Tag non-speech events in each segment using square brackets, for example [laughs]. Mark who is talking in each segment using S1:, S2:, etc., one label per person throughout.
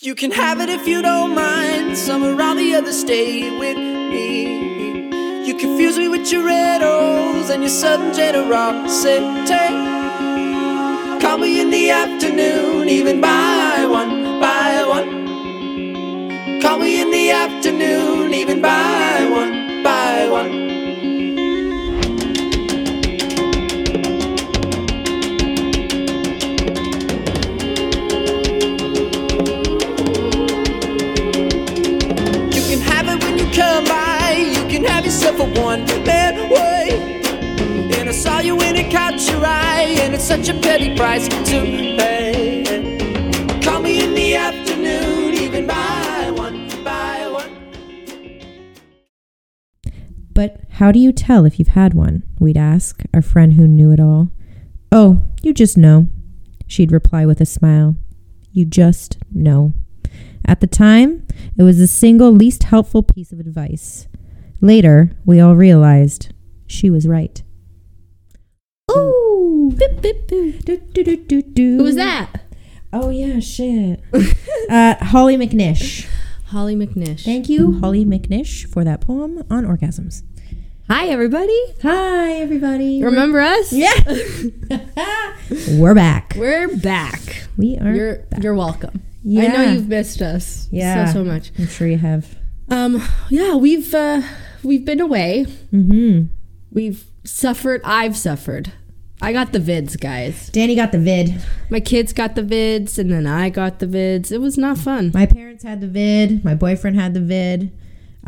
S1: You can have it if you don't mind. Some around the other stay with me. You confuse me with your riddles and your sudden generosity. Call me in the afternoon, even by one, by one. Call me in the afternoon, even by one, by one. You can have it when you come by. You can have yourself a one man way. And I saw you and it caught your eye. And it's such a petty price to pay. Call me in the afternoon, even by one, by one.
S2: But how do you tell if you've had one? We'd ask, our friend who knew it all. Oh, you just know. She'd reply with a smile. You just know. At the time, it was the single least helpful piece of advice. Later, we all realized she was right. Ooh! Boop, boop, boop. Do, do, do, do, do.
S3: Who was that?
S2: Oh, yeah, shit. [laughs] uh, Holly McNish.
S3: Holly McNish.
S2: Thank you, Holly McNish, for that poem on orgasms.
S3: Hi, everybody.
S2: Hi, everybody.
S3: Remember us?
S2: Yeah. We're back.
S3: We're back.
S2: We are.
S3: You're you're welcome. I know
S2: Yeah.
S3: you've missed us
S2: Yeah.
S3: so so much.
S2: I'm sure you have.
S3: Um, yeah, we've uh, we've been away.
S2: hmm
S3: We've suffered. I've suffered. I got the vids, guys.
S2: Danny got the vid.
S3: My kids got the vids, and then I got the vids. It was not fun.
S2: My parents had the vid. My boyfriend had the vid.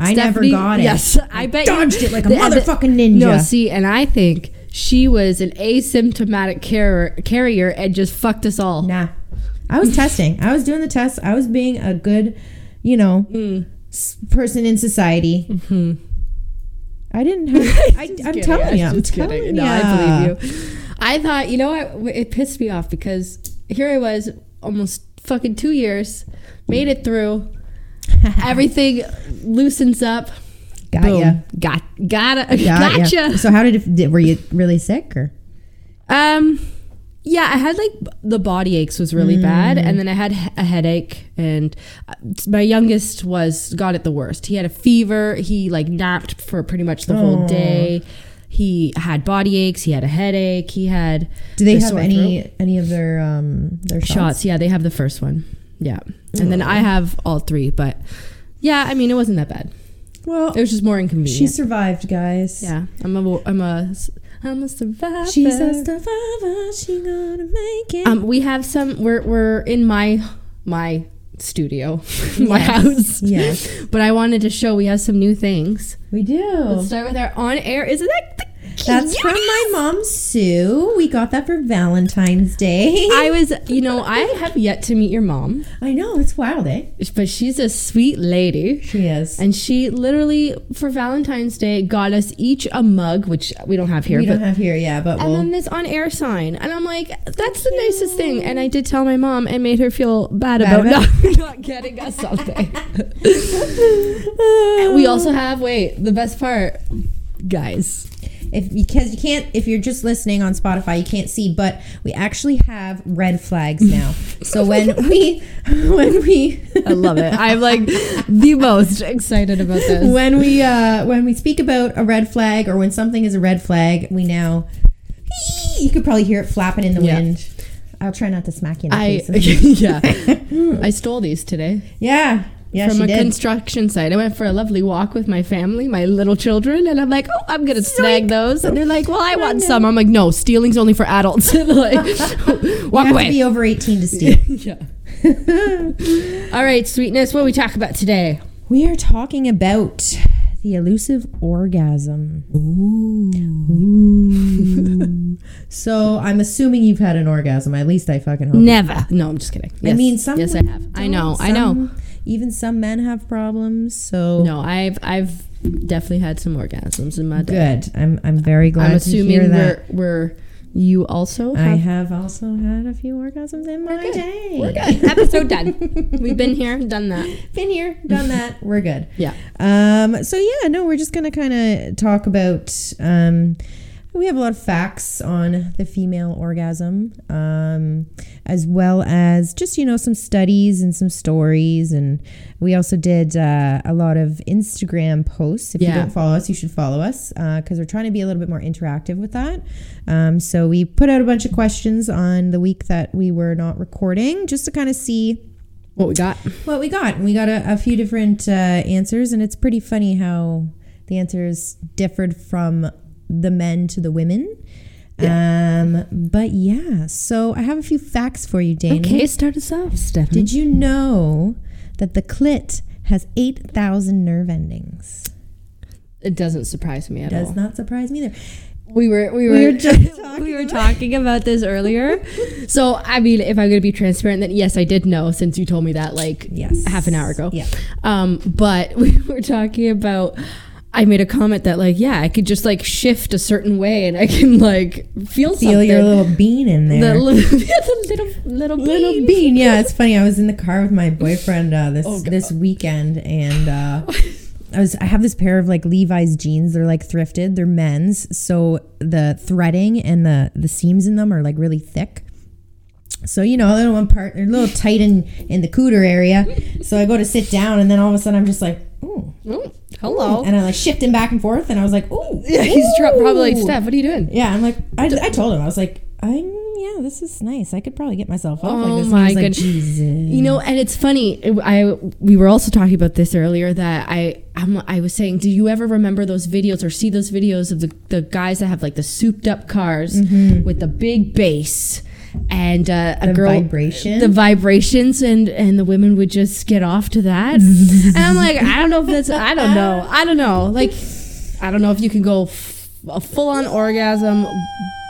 S2: I
S3: Stephanie-
S2: never got it.
S3: Yes, I bet
S2: dodged
S3: you
S2: it like a
S3: [laughs] The- the-
S2: motherfucking ninja.
S3: No, see, and I think she was an asymptomatic carrier, carrier and just fucked us all.
S2: Nah. I was testing. I was doing the tests. I was being a good, you know,
S3: Mm-hmm.
S2: s- person in society. I didn't
S3: [laughs]
S2: have. I, I'm
S3: Kidding,
S2: telling you.
S3: I'm
S2: I'm
S3: just
S2: telling
S3: kidding.
S2: you.
S3: No, I believe you. I thought, you know what? It pissed me off because here I was almost fucking two years, made it [laughs] through. Everything loosens up.
S2: Got
S3: Boom.
S2: ya.
S3: Got got gotcha.
S2: Got ya. So how did it? Did, were you really sick or?
S3: Um, yeah, I had like b- the body aches was really bad,
S2: Mm.
S3: and then I had he- a headache, and uh, my youngest was got it the worst. He had a fever. He like napped for pretty much the whole day. He had body aches. He had a headache. He had.
S2: Do they
S3: a
S2: have
S3: sore
S2: any any of their um their
S3: throat.
S2: shots?
S3: shots? Yeah, they have the first one. Yeah, and then I have all three. But yeah, I mean, it wasn't that bad.
S2: Well,
S3: It was just more inconvenient.
S2: she survived, guys.
S3: Oh, yeah, I'm a wo- I'm a s- I'm a survivor.
S2: She's a survivor. She gonna make it.
S3: Um, we have some. We're we're in my my studio, [laughs] my house.
S2: yes,
S3: [laughs]
S2: Oh.
S3: But I wanted to show we have some new things.
S2: we do.
S3: Let's start with our on air. Isn't that the
S2: That's
S3: cutest?
S2: from my mom, Sue. We got that for Valentine's Day.
S3: I was, you know, I have yet to meet your mom,
S2: [laughs] I know it's wild, eh?
S3: but she's a sweet lady.
S2: She is.
S3: And she literally, for Valentine's Day, got us each a mug, which we don't have here.
S2: we
S3: but Um,
S2: don't have here, yeah, but
S3: and then
S2: we'll.
S3: this on air sign. And I'm like, that's the nicest thing. And I did tell my mom and made her feel bad,
S2: Bad
S3: about, Not, [laughs] not getting us [laughs] something. And we also have, wait, the best part, guys.
S2: If because you can't, if you're just listening on Spotify, you can't see, but we actually have red flags
S3: [laughs]
S2: now. so when we, [laughs] when we,
S3: I love it. I'm like the most excited about this.
S2: when we uh when we speak about a red flag or when something is a red flag we now you could probably hear it flapping in the
S3: Yeah.
S2: wind i'll try not to smack you in the
S3: I, [laughs]
S2: face
S3: yeah, I stole these today
S2: yeah yeah
S3: from
S2: she
S3: a
S2: did
S3: construction site. I went for a lovely walk with my family, my little children, and I'm like, oh, I'm gonna snag those. And they're like, well, I want some. I'm like, no, stealing's only for
S2: [laughs]
S3: adults. [laughs] like,
S2: you
S3: walk
S2: have to
S3: away.
S2: be over
S3: [laughs]
S2: 18 to steal
S3: yeah. All right, sweetness. What we talk about today?
S2: we are talking about the elusive orgasm Ooh. [laughs] so i'm assuming you've had an orgasm at least i fucking hope
S3: Never. No, I'm just kidding.
S2: i
S3: Yes.
S2: mean some
S3: Yes, I
S2: women
S3: have. I
S2: don't.
S3: know. I know.
S2: Some- even some men have problems so
S3: No, I've I've definitely had some orgasms in my day.
S2: good i'm i'm very glad
S3: I'm
S2: to hear
S3: assuming
S2: that
S3: we're we're you also
S2: I
S3: have.
S2: have also had a few orgasms in my
S3: good.
S2: day.
S3: We're
S2: [laughs]
S3: good. Episode done. We've been here, done that.
S2: Been here, done that. [laughs] We're good.
S3: Yeah.
S2: Um. So yeah, no, we're just gonna kind of talk about um We have a lot of facts on the female orgasm, um, as well as just, you know, some studies and some stories. And we also did uh, a lot of Instagram posts. If you
S3: Yeah.
S2: don't follow us, you should follow us because we're trying to be a little bit more interactive with that. Um, so we put out a bunch of questions on the week that we were not recording just to kind of see
S3: What we got?
S2: what we got. We got a, a few different uh, answers, and it's pretty funny how the answers differed from the men to the women. Um, but yeah, so I have a few facts for you, Dana.
S3: Okay, start us off, Stephanie.
S2: Did you know that the clit has 8,000 nerve endings?
S3: Oh. It doesn't surprise me at all.
S2: Does not surprise me either.
S3: We were we were
S2: were just
S3: we
S2: talking
S3: were talking about this [laughs] earlier. so I mean, if I'm gonna be transparent, then yes, I did know since you told me that like
S2: [laughs] Yes.
S3: half an hour ago.
S2: Yeah.
S3: Um, but [laughs] we were talking about. I made a comment that like yeah, I could just like shift a certain way and I can like
S2: Feel
S3: feel something.
S2: your little bean in there.
S3: the little, [laughs] the little little
S2: little
S3: bean.
S2: bean. Yeah, it's funny. I was in the car with my boyfriend uh, this
S3: Oh, God.
S2: this weekend, and uh,
S3: [laughs]
S2: I was I have this pair of like Levi's jeans. They're like thrifted. They're men's, so the threading and the the seams in them are like really thick. So you know, little one part, they're a little tight in in the cooter area. So I go to sit down, and then all of a sudden I'm just like, ooh,
S3: Oh, hello.
S2: and I'm like shifting back and forth, and I was like, ooh,
S3: Yeah, he's tr- probably like,
S2: ooh.
S3: Steph, what are you doing?
S2: Yeah, I'm like, I, I told him I was like, I'm yeah, this is nice. I could probably get myself off
S3: Oh
S2: like this. And
S3: my
S2: he was like,
S3: goodness.
S2: Jesus.
S3: You know, and it's funny. I we were also talking about this earlier that I I'm, I was saying, do you ever remember those videos or see those videos of the, the guys that have like the souped up cars with the big bass and uh, a
S2: Mm-hmm. The
S3: girl
S2: vibration?
S3: the vibrations, and and the women would just get off
S2: [laughs]
S3: to that. and I'm like, I don't know if that's I don't know I don't know like I don't know if you can go f- a full on orgasm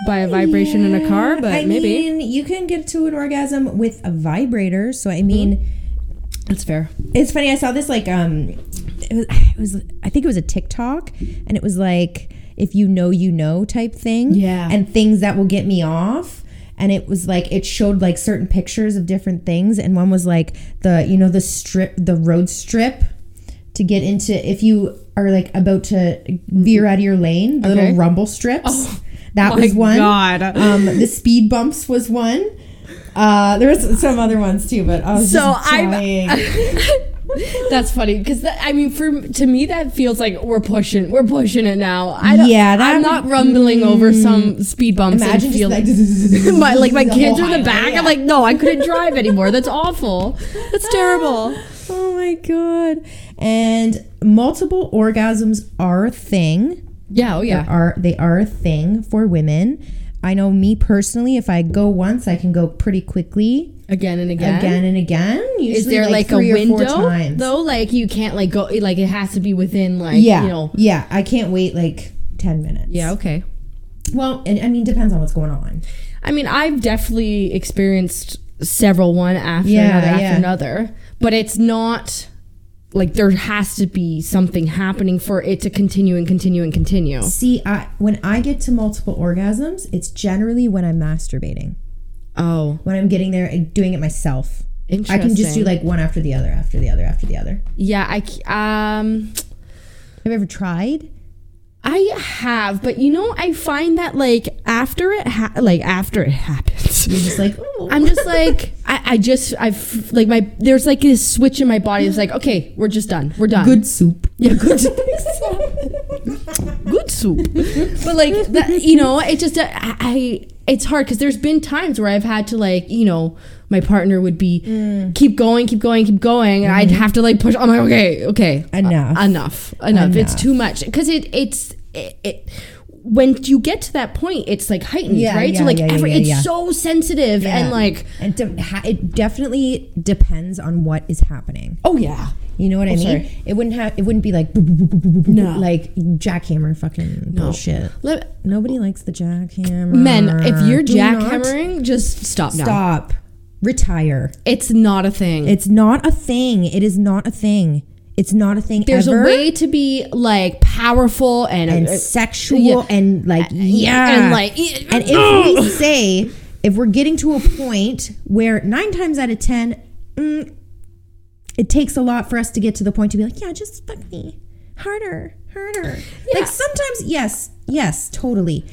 S3: by a vibration in a car,
S2: Yeah,
S3: but
S2: I
S3: maybe
S2: mean, you can get to an orgasm with a vibrator. So I
S3: Mm-hmm.
S2: mean,
S3: that's fair.
S2: it's funny. I saw this like um, it was, it was I think it was a TikTok, and it was like if you know you know type thing.
S3: Yeah.
S2: and things that will get me off. And it was like it showed like certain pictures of different things, and one was like the you know the strip the road strip to get into if you are like about to veer out of your lane, the
S3: Okay. Oh
S2: little rumble strips. that
S3: my
S2: was one.
S3: God.
S2: Um, the speed bumps was one. Uh, there was some other ones too, but I was
S3: So
S2: just trying.
S3: I. That's funny because I mean, for to me, that feels like we're pushing, we're pushing it now. I don't,
S2: Yeah,
S3: yeah,
S2: that Mm.
S3: I'm not rumbling over some speed bumps.
S2: Imagine
S3: and
S2: [laughs] just like,
S3: feel my like my
S2: the
S3: kids
S2: whole
S3: are in [laughs] the back.
S2: highway,
S3: I'm like, no, I couldn't drive anymore. That's awful.
S2: [laughs]
S3: That's terrible.
S2: oh my god! And multiple orgasms are a thing.
S3: Yeah, oh yeah.
S2: Are they are a thing for women? I know me personally. If I go once, I can go pretty quickly
S3: Again and again.
S2: again and again. Usually
S3: Is there like,
S2: three
S3: a
S2: or four
S3: window
S2: times.
S3: though? Like you can't like go like it has to be within like
S2: Yeah,
S3: you know.
S2: yeah. I can't wait like ten minutes.
S3: Yeah. Okay.
S2: Well, and, I mean, depends on what's going on.
S3: I mean, I've definitely experienced several one after
S2: Yeah,
S3: another after
S2: yeah.
S3: another, but it's not like there has to be something happening for it to continue and continue and continue.
S2: See, I when I get to multiple orgasms, it's generally when I'm masturbating.
S3: Oh,
S2: When I'm getting there and doing it myself. I
S3: interesting.
S2: can just do like one after the other, after the other, after the other.
S3: yeah, I c- um
S2: Have you ever tried?
S3: I have, but you know, I find that like after it ha- like after
S2: [laughs]
S3: it happens.
S2: Just
S3: [laughs]
S2: like, oh.
S3: I'm just like I, I just I f- like my there's like this switch in my body. It's like okay, we're just done. We're done.
S2: good soup.
S3: Yeah, good.
S2: [laughs]
S3: good soup. But like that, you know, it just uh, I, I it's hard because there's been times where I've had to like you know my partner would be
S2: Mm.
S3: keep going, keep going, keep going, and I'd have to like push. I'm like okay, okay,
S2: Mm-hmm. Enough.
S3: uh, enough, enough, It's too much because it it's it. it when you get to that point, it's like heightened,
S2: Yeah,
S3: right? so
S2: yeah,
S3: like
S2: yeah, yeah,
S3: every,
S2: yeah,
S3: it's
S2: yeah.
S3: so sensitive and like
S2: and de- ha- it definitely depends on what is happening.
S3: oh yeah,
S2: You know what I mean?
S3: sorry.
S2: It wouldn't have. It wouldn't be like boop, boop, boop, boop, boop,
S3: No.
S2: like jackhammer fucking bullshit.
S3: Let,
S2: Nobody likes the jackhammer.
S3: men, if you're
S2: Do not
S3: jackhammering, just stop now.
S2: stop, retire.
S3: It's not a thing.
S2: It's not a thing. It is not a thing. It's not a thing
S3: There's
S2: ever.
S3: a way to be like powerful and,
S2: and
S3: uh,
S2: sexual
S3: yeah.
S2: and like yeah,
S3: and, like, e,
S2: and if we say if we're getting to a point where nine times out of ten, mm, it takes a lot for us to get to the point to be like, yeah, just fuck me harder, harder.
S3: Yeah.
S2: Like sometimes, yes, yes, totally.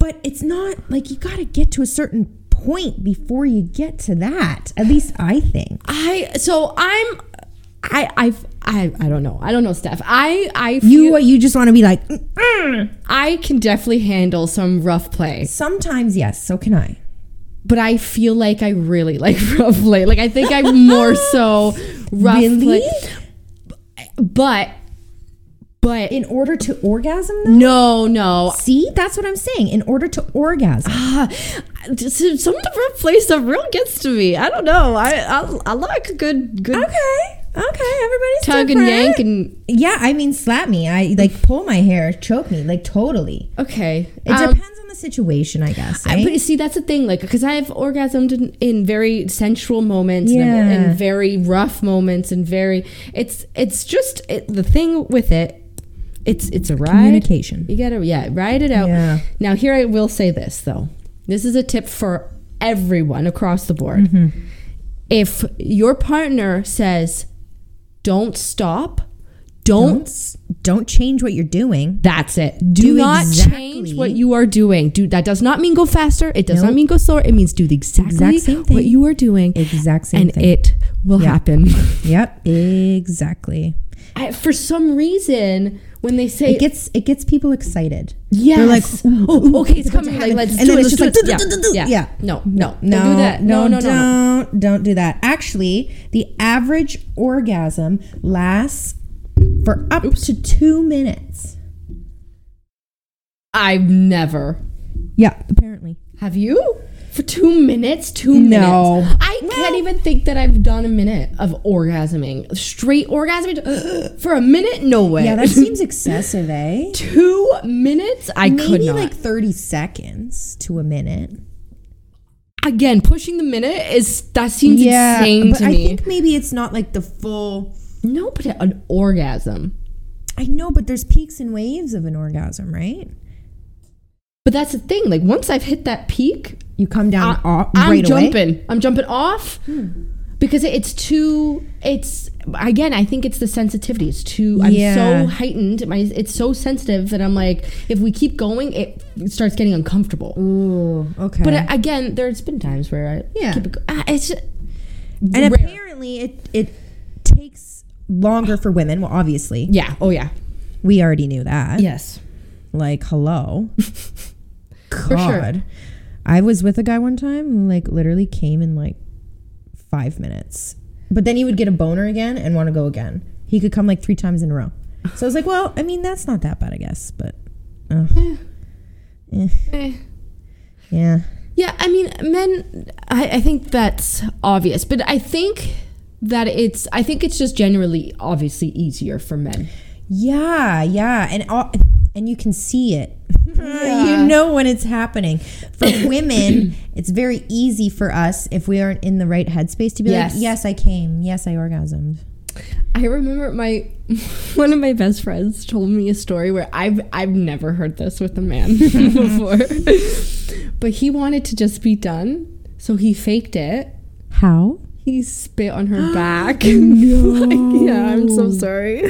S2: But it's not like you got to get to a certain point before you get to that. At least I think.
S3: I so I'm I I've, I I don't know. I don't know, Steph. I I feel
S2: You you just want to be like "Mm, "Mm-mm."
S3: I can definitely handle some rough play,
S2: sometimes yes, so can I.
S3: but I feel like I really [laughs] like rough play. Like I think I'm
S2: [laughs]
S3: more so rough
S2: Really?
S3: play. But but
S2: In order to orgasm though?
S3: no, no.
S2: See, that's what I'm saying. In order to orgasm.
S3: Ah, just- some of the rough play stuff really gets to me. I don't know. I I, I like a good good
S2: Okay. Okay, everybody's
S3: tug and yank and
S2: Yeah, I mean slap me. I like pull my hair, choke me, like totally.
S3: okay.
S2: It
S3: Um,
S2: depends on the situation, I guess.
S3: I-
S2: right?
S3: but you see, that's the thing, like, because I've orgasmed in, in very sensual moments, and,
S2: Yeah.
S3: and very rough moments, and very it's it's just it, the thing with it. It's it's a ride.
S2: Communication.
S3: You gotta yeah, ride it out.
S2: Yeah.
S3: Now here I will say this though. This is a tip for everyone across the board.
S2: Mm-hmm.
S3: If your partner says, "Don't stop," don't
S2: Don't don't change what you're doing.
S3: that's it. Do,
S2: Do
S3: not
S2: exactly-
S3: change what you are doing. Do that does not mean go faster. It does not
S2: Nope.
S3: mean go slower. It means do the exactly
S2: Exact same
S3: what
S2: thing.
S3: you are doing,
S2: Exact same
S3: and
S2: thing.
S3: it will
S2: Yeah.
S3: happen.
S2: Yep, exactly.
S3: [laughs] I, for some reason, when they say
S2: It gets it gets people excited.
S3: yes,
S2: they're like,
S3: oh, okay, it's
S2: about to
S3: coming. Like,
S2: happen.
S3: let's
S2: And
S3: do
S2: then
S3: it.
S2: it's
S3: let's
S2: just
S3: do
S2: like,
S3: it.
S2: "Du-du-du-du-du."
S3: yeah.
S2: Yeah.
S3: yeah, no, no,
S2: No,
S3: don't do that. No, no, no, no.
S2: don't don't do that. Actually, the average orgasm lasts for up to two minutes.
S3: I've never.
S2: Yeah, apparently.
S3: Have you? For two minutes? Two
S2: No.
S3: minutes? I can't even think that I've done a minute of orgasming. Straight orgasming? [gasps] For a minute? No way. [laughs]
S2: Yeah, that seems excessive, eh?
S3: two minutes i could
S2: Maybe
S3: not
S2: like thirty seconds to a minute.
S3: again pushing the minute is that seems insane
S2: but
S3: to
S2: I
S3: me
S2: think maybe it's not like the full.
S3: no but an orgasm
S2: I know, but there's peaks and waves of an orgasm, right?
S3: but that's the thing like once i've hit that peak
S2: You come down
S3: I,
S2: off,
S3: am
S2: right away.
S3: jumping i'm jumping off because it- it's too it's again i think it's the sensitivity it's too
S2: Yeah.
S3: i'm so heightened my it's so sensitive that i'm like if we keep going it starts getting uncomfortable
S2: Ooh, okay.
S3: but uh, again there's been times where i
S2: Yeah.
S3: keep it, go- ah, it's just,
S2: and
S3: rare.
S2: apparently, it it takes longer for women. Well, obviously,
S3: yeah oh yeah
S2: we already knew that.
S3: yes
S2: Like,
S3: [laughs]
S2: hello.
S3: sure.
S2: God, I was with a guy one time who like literally came in like five minutes, but then he would get a boner again and want to go again. He could come like three times in a row. So I was like, well, I mean, that's not that bad, I guess. But uh,
S3: Eh.
S2: yeah,
S3: Yeah, I mean, men, I, I think that's obvious, but I think that it's, I think it's just generally obviously easier for men.
S2: yeah, yeah, and all, and you can see it. [laughs]
S3: Yeah.
S2: you know when it's happening. [coughs] For women, it's very easy for us if we aren't in the right headspace to be
S3: Yes.
S2: like, yes, I came, yes, I orgasmed.
S3: I remember my, [laughs] one of my best friends told me a story where I've, I've never heard this with a man [laughs] before, but he wanted to just be done. So he faked it.
S2: How?
S3: He spit on [gasps] her back. [laughs] like, yeah, I'm so [laughs] sorry.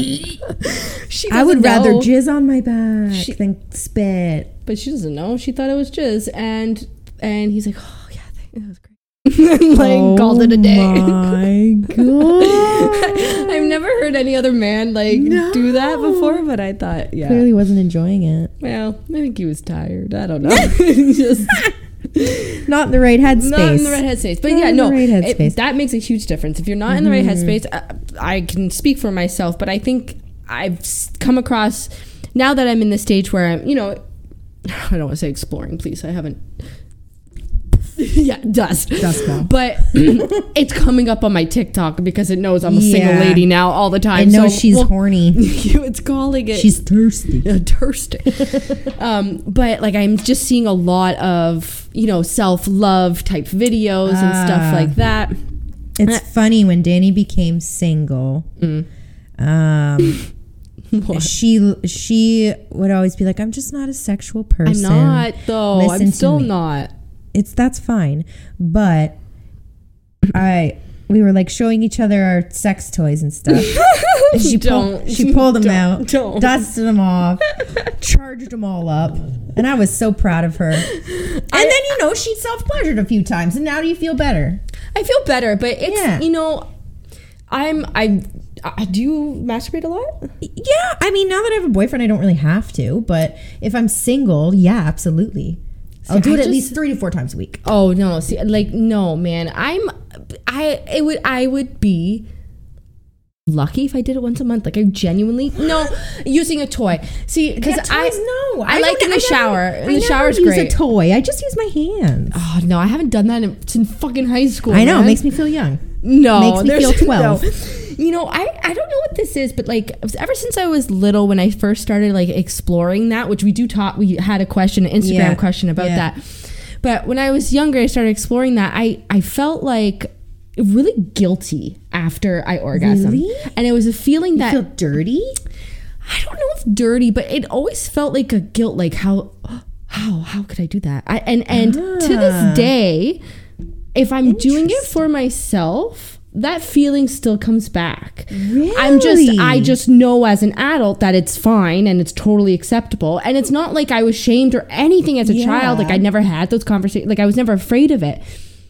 S3: she
S2: I would
S3: doesn't
S2: rather
S3: know.
S2: jizz on my back
S3: She-
S2: than spit.
S3: but she doesn't know. She thought it was jizz, and and he's like, oh yeah, thank- that was great. [laughs] like called it a day.
S2: Oh [laughs] my god!
S3: [laughs] I've never heard any other man like do that before, but I thought, yeah.
S2: Clearly wasn't enjoying it.
S3: Well, I think he was tired.
S2: [laughs]
S3: I don't know. [laughs] Just
S2: Not in the right headspace.
S3: not in the right headspace. But
S2: Not
S3: yeah,
S2: in the
S3: no,
S2: right
S3: it-
S2: headspace. Mm-hmm.
S3: that makes a huge difference. If you're not in the right headspace, uh, I, I can speak for myself, but I think I've s- come across now that I'm in the stage where I'm, you know, [sighs] I don't want to say exploring, please. I haven't. [laughs] yeah, dust.
S2: Dust [laughs] ball. [coughs]
S3: But it's coming up on my TikTok because it knows I'm a single
S2: Yeah.
S3: lady now all the time.
S2: I know
S3: so
S2: she's [laughs]
S3: we'll- [laughs]
S2: horny.
S3: it's calling it
S2: She's thirsty.
S3: uh, [laughs] thirsty.
S2: [laughs]
S3: um, but like I'm just seeing a lot of you know self love type videos and stuff
S2: Ah.
S3: like that.
S2: It's
S3: Eh.
S2: funny when Danny became single.
S3: Mm. [laughs]
S2: Um,
S3: What?
S2: she she would always be like, "I'm just not a sexual
S3: I'm
S2: person."
S3: not though.
S2: listen
S3: I'm
S2: to
S3: still
S2: me.
S3: not.
S2: It's that's fine, but I we were like showing each other our sex toys and
S3: [laughs]
S2: stuff. and she
S3: Don't.
S2: pulled, she pulled them
S3: [laughs] Don't.
S2: out,
S3: Don't.
S2: dusted them
S3: [laughs]
S2: off, charged them all up, and I was so proud
S3: [laughs]
S2: of her. And then you know she self pleasured a few times, and now do you feel better?
S3: I feel better, but it's
S2: Yeah.
S3: you know, I'm I, I do you masturbate a lot.
S2: Yeah, I mean now that I have a boyfriend, I don't really have to, but if I'm single, yeah, absolutely. I'll do
S3: I
S2: it at
S3: just-
S2: least three to four times a week.
S3: Oh no, see, like no, man, I'm I it would I would be lucky if I did it once a month. Like I genuinely no using a toy. See, because
S2: Yeah,
S3: I
S2: toys, no.
S3: I,
S2: don't
S3: like in the
S2: never-
S3: shower.
S2: I
S3: In the
S2: never
S3: shower's
S2: use
S3: great.
S2: a toy. I just use my hands.
S3: oh no, I haven't done that in, since fucking high school.
S2: I know.
S3: man.
S2: It makes me feel young.
S3: No,
S2: Makes me
S3: there's-
S2: feel 12.
S3: [laughs] no. You know, I, I don't know what this is, but like ever since I was little, when I first started like exploring that, which we do talk, we had a question, an Instagram
S2: Yeah.
S3: question about
S2: Yeah.
S3: that. But when I was younger, I started exploring that. I I felt like really guilty after I orgasmed,
S2: Really?
S3: and it was a feeling that
S2: I feel dirty.
S3: I don't know if dirty, but it always felt like a guilt, like how how how could I do that? I, and and to
S2: Ah.
S3: this day, if I'm doing it for myself, that feeling still comes back. I'm just I
S2: Really?
S3: just know as an adult that it's fine and it's totally acceptable, and it's not like I was shamed or anything as a child.
S2: Yeah.
S3: Like I never had those conversations. Like I was never afraid of it.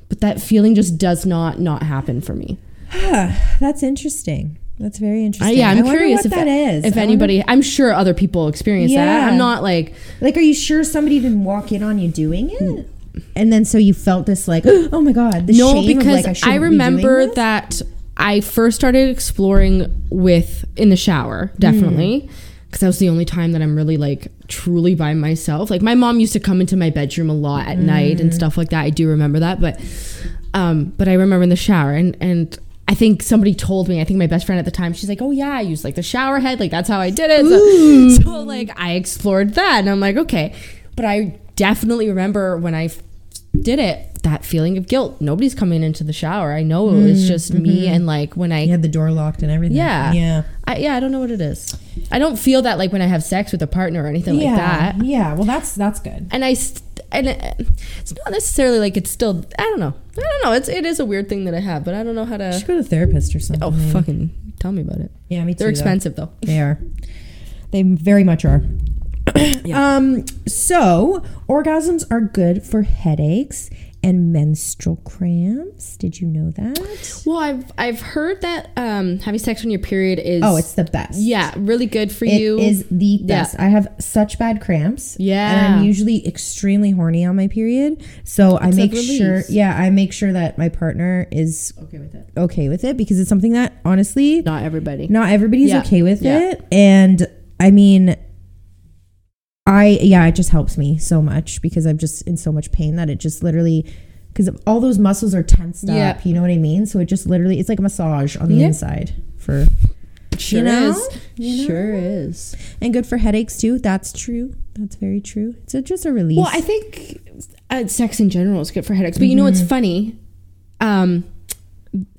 S3: But that feeling just does not not happen for me.
S2: That's interesting. That's very
S3: Uh,
S2: interesting.
S3: yeah,
S2: I
S3: I'm
S2: wonder
S3: curious
S2: what
S3: if
S2: that is.
S3: If
S2: I wonder-
S3: anybody, I'm sure other people experience
S2: Yeah.
S3: that. I'm not like
S2: like, are you sure somebody didn't walk in on you doing it? And then so you felt this like, [gasps] oh my god, the
S3: Hmm. no,
S2: shame of,
S3: because
S2: like, I,
S3: I,
S2: shouldn't be doing
S3: remember
S2: this?
S3: that I first started exploring with in the shower,
S2: Mm.
S3: definitely. Because that was the only time that I'm really like truly by myself. Like my mom used to come into my bedroom a lot at night
S2: Mm.
S3: and stuff like that. I do remember that, but um, but I remember in the shower and and I think somebody told me. I think my best friend at the time. She's like, "Oh yeah, I used like the shower head. Like that's how I did it." So, [laughs] so like I explored that, and I'm like, okay. But I definitely remember when I f- did it, that feeling of guilt. Nobody's coming into the shower. I know it's just me, and like when I
S2: you had the door locked and everything.
S3: yeah.
S2: yeah.
S3: I, yeah, I don't know what it is. I don't feel that like when I have sex with a partner or anything
S2: yeah,
S3: like that.
S2: yeah. Well, that's that's good.
S3: And I st- and uh, it's not necessarily like it's still. I don't know. I don't know. It's it is a weird thing that I have, but I don't know how
S2: You
S3: to.
S2: should go to a therapist or something.
S3: Oh fucking tell me about it.
S2: yeah, me too.
S3: They're
S2: though.
S3: expensive though.
S2: They are. They very much
S3: [coughs]
S2: are. Um, so orgasms are good for headaches and menstrual cramps. Did you know that?
S3: Well, I've I've heard that um, having sex on your period is
S2: Oh, it's the best.
S3: yeah really good for
S2: It
S3: you.
S2: is the
S3: Yeah.
S2: best. I have such bad cramps. And
S3: Yeah.
S2: I'm usually extremely horny on my period. So I make
S3: release.
S2: sure yeah, I make sure that my partner is
S3: okay with it.
S2: okay with it because it's something that honestly
S3: Not everybody.
S2: not everybody's
S3: Yeah.
S2: okay with
S3: Yeah.
S2: it and i mean i yeah it just helps me so much because i'm just in so much pain that it just literally because all those muscles are tensed
S3: Yeah.
S2: up you know what i mean so it just literally it's like a massage on the
S3: Yeah.
S2: inside for
S3: Sure
S2: know?
S3: is. Sure is.
S2: and good for headaches too that's true that's very true it's a, just a release
S3: Well, I think uh, sex in general is good for headaches. But you know what's funny? Um,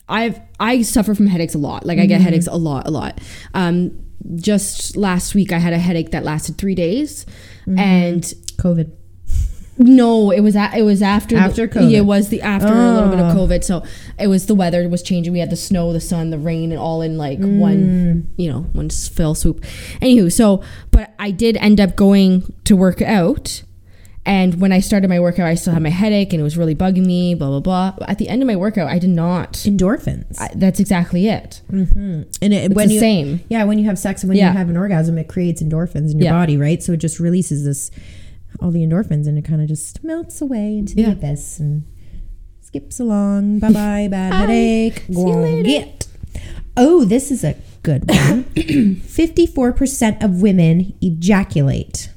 S3: I've I suffer from headaches a lot. Like I get headaches a lot, a lot. Um, just last week I had a headache that lasted three days, and
S2: covid
S3: no, it was a, it was after Ah. the-
S2: After COVID.
S3: Yeah, it was the after a little bit of COVID. So it was the weather was changing. We had the snow, the sun, the rain, and all in like one you know one s- fell swoop. Anywho, so but I did end up going to work out. And when I started my workout, I still had my headache and it was really bugging me, blah, blah, blah. But at the end of my workout, I did not.
S2: endorphins
S3: I, that's exactly it.
S2: mm-hmm. and it,
S3: It's
S2: when
S3: the
S2: you
S3: same.
S2: yeah when you have sex and when
S3: Yeah.
S2: you have an orgasm it creates endorphins in your
S3: Yeah.
S2: body right so it just releases this all the endorphins and it kind of just melts away into
S3: Yeah.
S2: the abyss and skips along [laughs] bye bye bad headache
S3: See you
S2: Go
S3: later.
S2: get oh this is a good one [clears throat] 54% of women ejaculate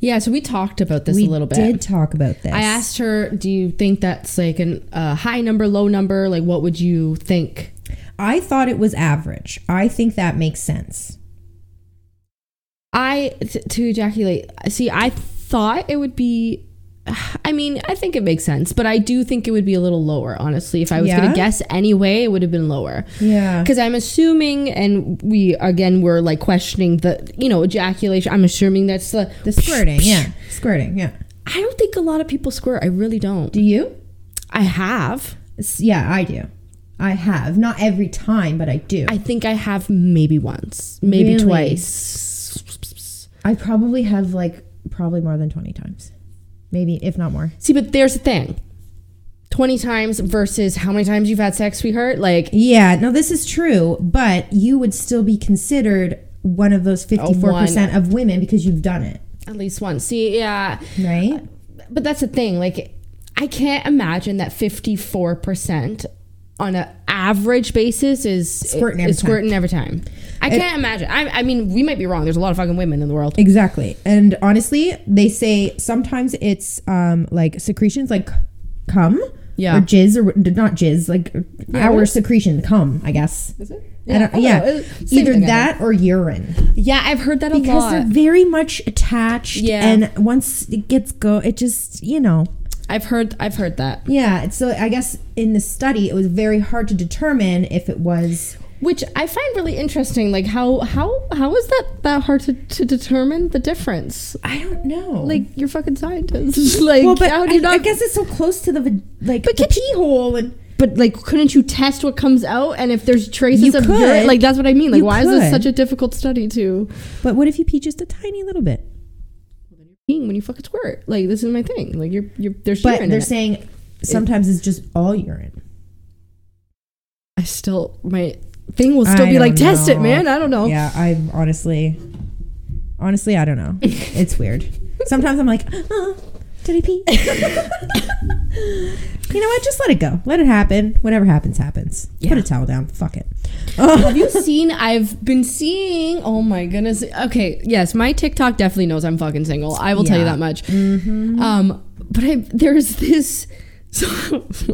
S3: Yeah, so we talked about this
S2: we
S3: a little bit.
S2: did talk about this
S3: I asked her, do you think that's like a uh, high number, low number? Like, what would you think?
S2: i thought it was average i think that makes sense
S3: I t- to ejaculate. See, I thought it would be. I mean, I think it makes sense, but I do think it would be a little lower, honestly. If I was
S2: Yeah?
S3: gonna guess anyway, it would have been lower.
S2: yeah
S3: Because I'm assuming, and we again were like questioning the, you know, ejaculation. I'm assuming that's the
S2: the squirting yeah squirting yeah
S3: I don't think a lot of people squirt. I really don't.
S2: do you
S3: I have.
S2: S- yeah i do I have. Not every time, but I do.
S3: I think I have maybe once, maybe
S2: Really?
S3: twice.
S2: I probably have like probably more than 20 times. Maybe, if not more.
S3: See, but there's the thing 20 times versus how many times you've had sex, sweetheart. Like,
S2: Yeah, no, this is true, but you would still be considered one of those 54% of women because you've done it,
S3: at least once. See, yeah.
S2: right?
S3: But that's the thing. Like, I can't imagine that 54% on an average basis is
S2: Squirting every
S3: is
S2: time.
S3: squirting every time. I can't imagine. I, I mean, we might be wrong. There's a lot of fucking women in the world.
S2: Exactly. And honestly, they say sometimes it's um like secretions like cum
S3: Yeah.
S2: or jizz or not jizz, like
S3: what
S2: our
S3: is-
S2: secretion, cum, I guess. Is
S3: it?
S2: I don't,
S3: Yeah.
S2: yeah. uh,
S3: Oh, it- same
S2: Either
S3: thing, I
S2: that or urine.
S3: Yeah, I've heard that a
S2: Because
S3: lot.
S2: they're very much attached
S3: Yeah.
S2: and once it gets go it just, you know.
S3: I've heard I've heard that.
S2: Yeah, so I guess in the study it was very hard to determine if it was
S3: Which I find really interesting. Like how how how is that that hard to, to determine the difference?
S2: I don't know.
S3: Like you're fucking scientists. [laughs] like
S2: well, but
S3: how do
S2: I,
S3: you not
S2: I guess it's so close to the va- like
S3: But
S2: the
S3: get-
S2: pee hole and
S3: But like couldn't you test what comes out and if there's traces
S2: You
S3: of
S2: could.
S3: urine like that's what I mean. Like
S2: You
S3: why is this
S2: could.
S3: such a difficult study to
S2: But what if you pee just a tiny little bit?
S3: being when you fucking squirt? Like this is my thing. Like you're you're there's
S2: But
S3: urine.
S2: they're
S3: in it.
S2: saying sometimes it's just all urine.
S3: I still my thing will still
S2: I
S3: be like
S2: don't
S3: test it,
S2: know.
S3: man. I don't know.
S2: Yeah, I honestly, honestly, I don't know. [laughs] It's weird. Sometimes I'm like, oh, did I [laughs] pee? you know what? Just let it go. Let it happen. Whatever happens, happens. Put
S3: Yeah.
S2: a towel down. Fuck it.
S3: Have you seen? I've been seeing. Oh my goodness. Okay. Yes, my TikTok definitely knows I'm fucking single. I will tell you
S2: Yeah. Mm-hmm.
S3: that much. Um, but I there's this. [laughs] So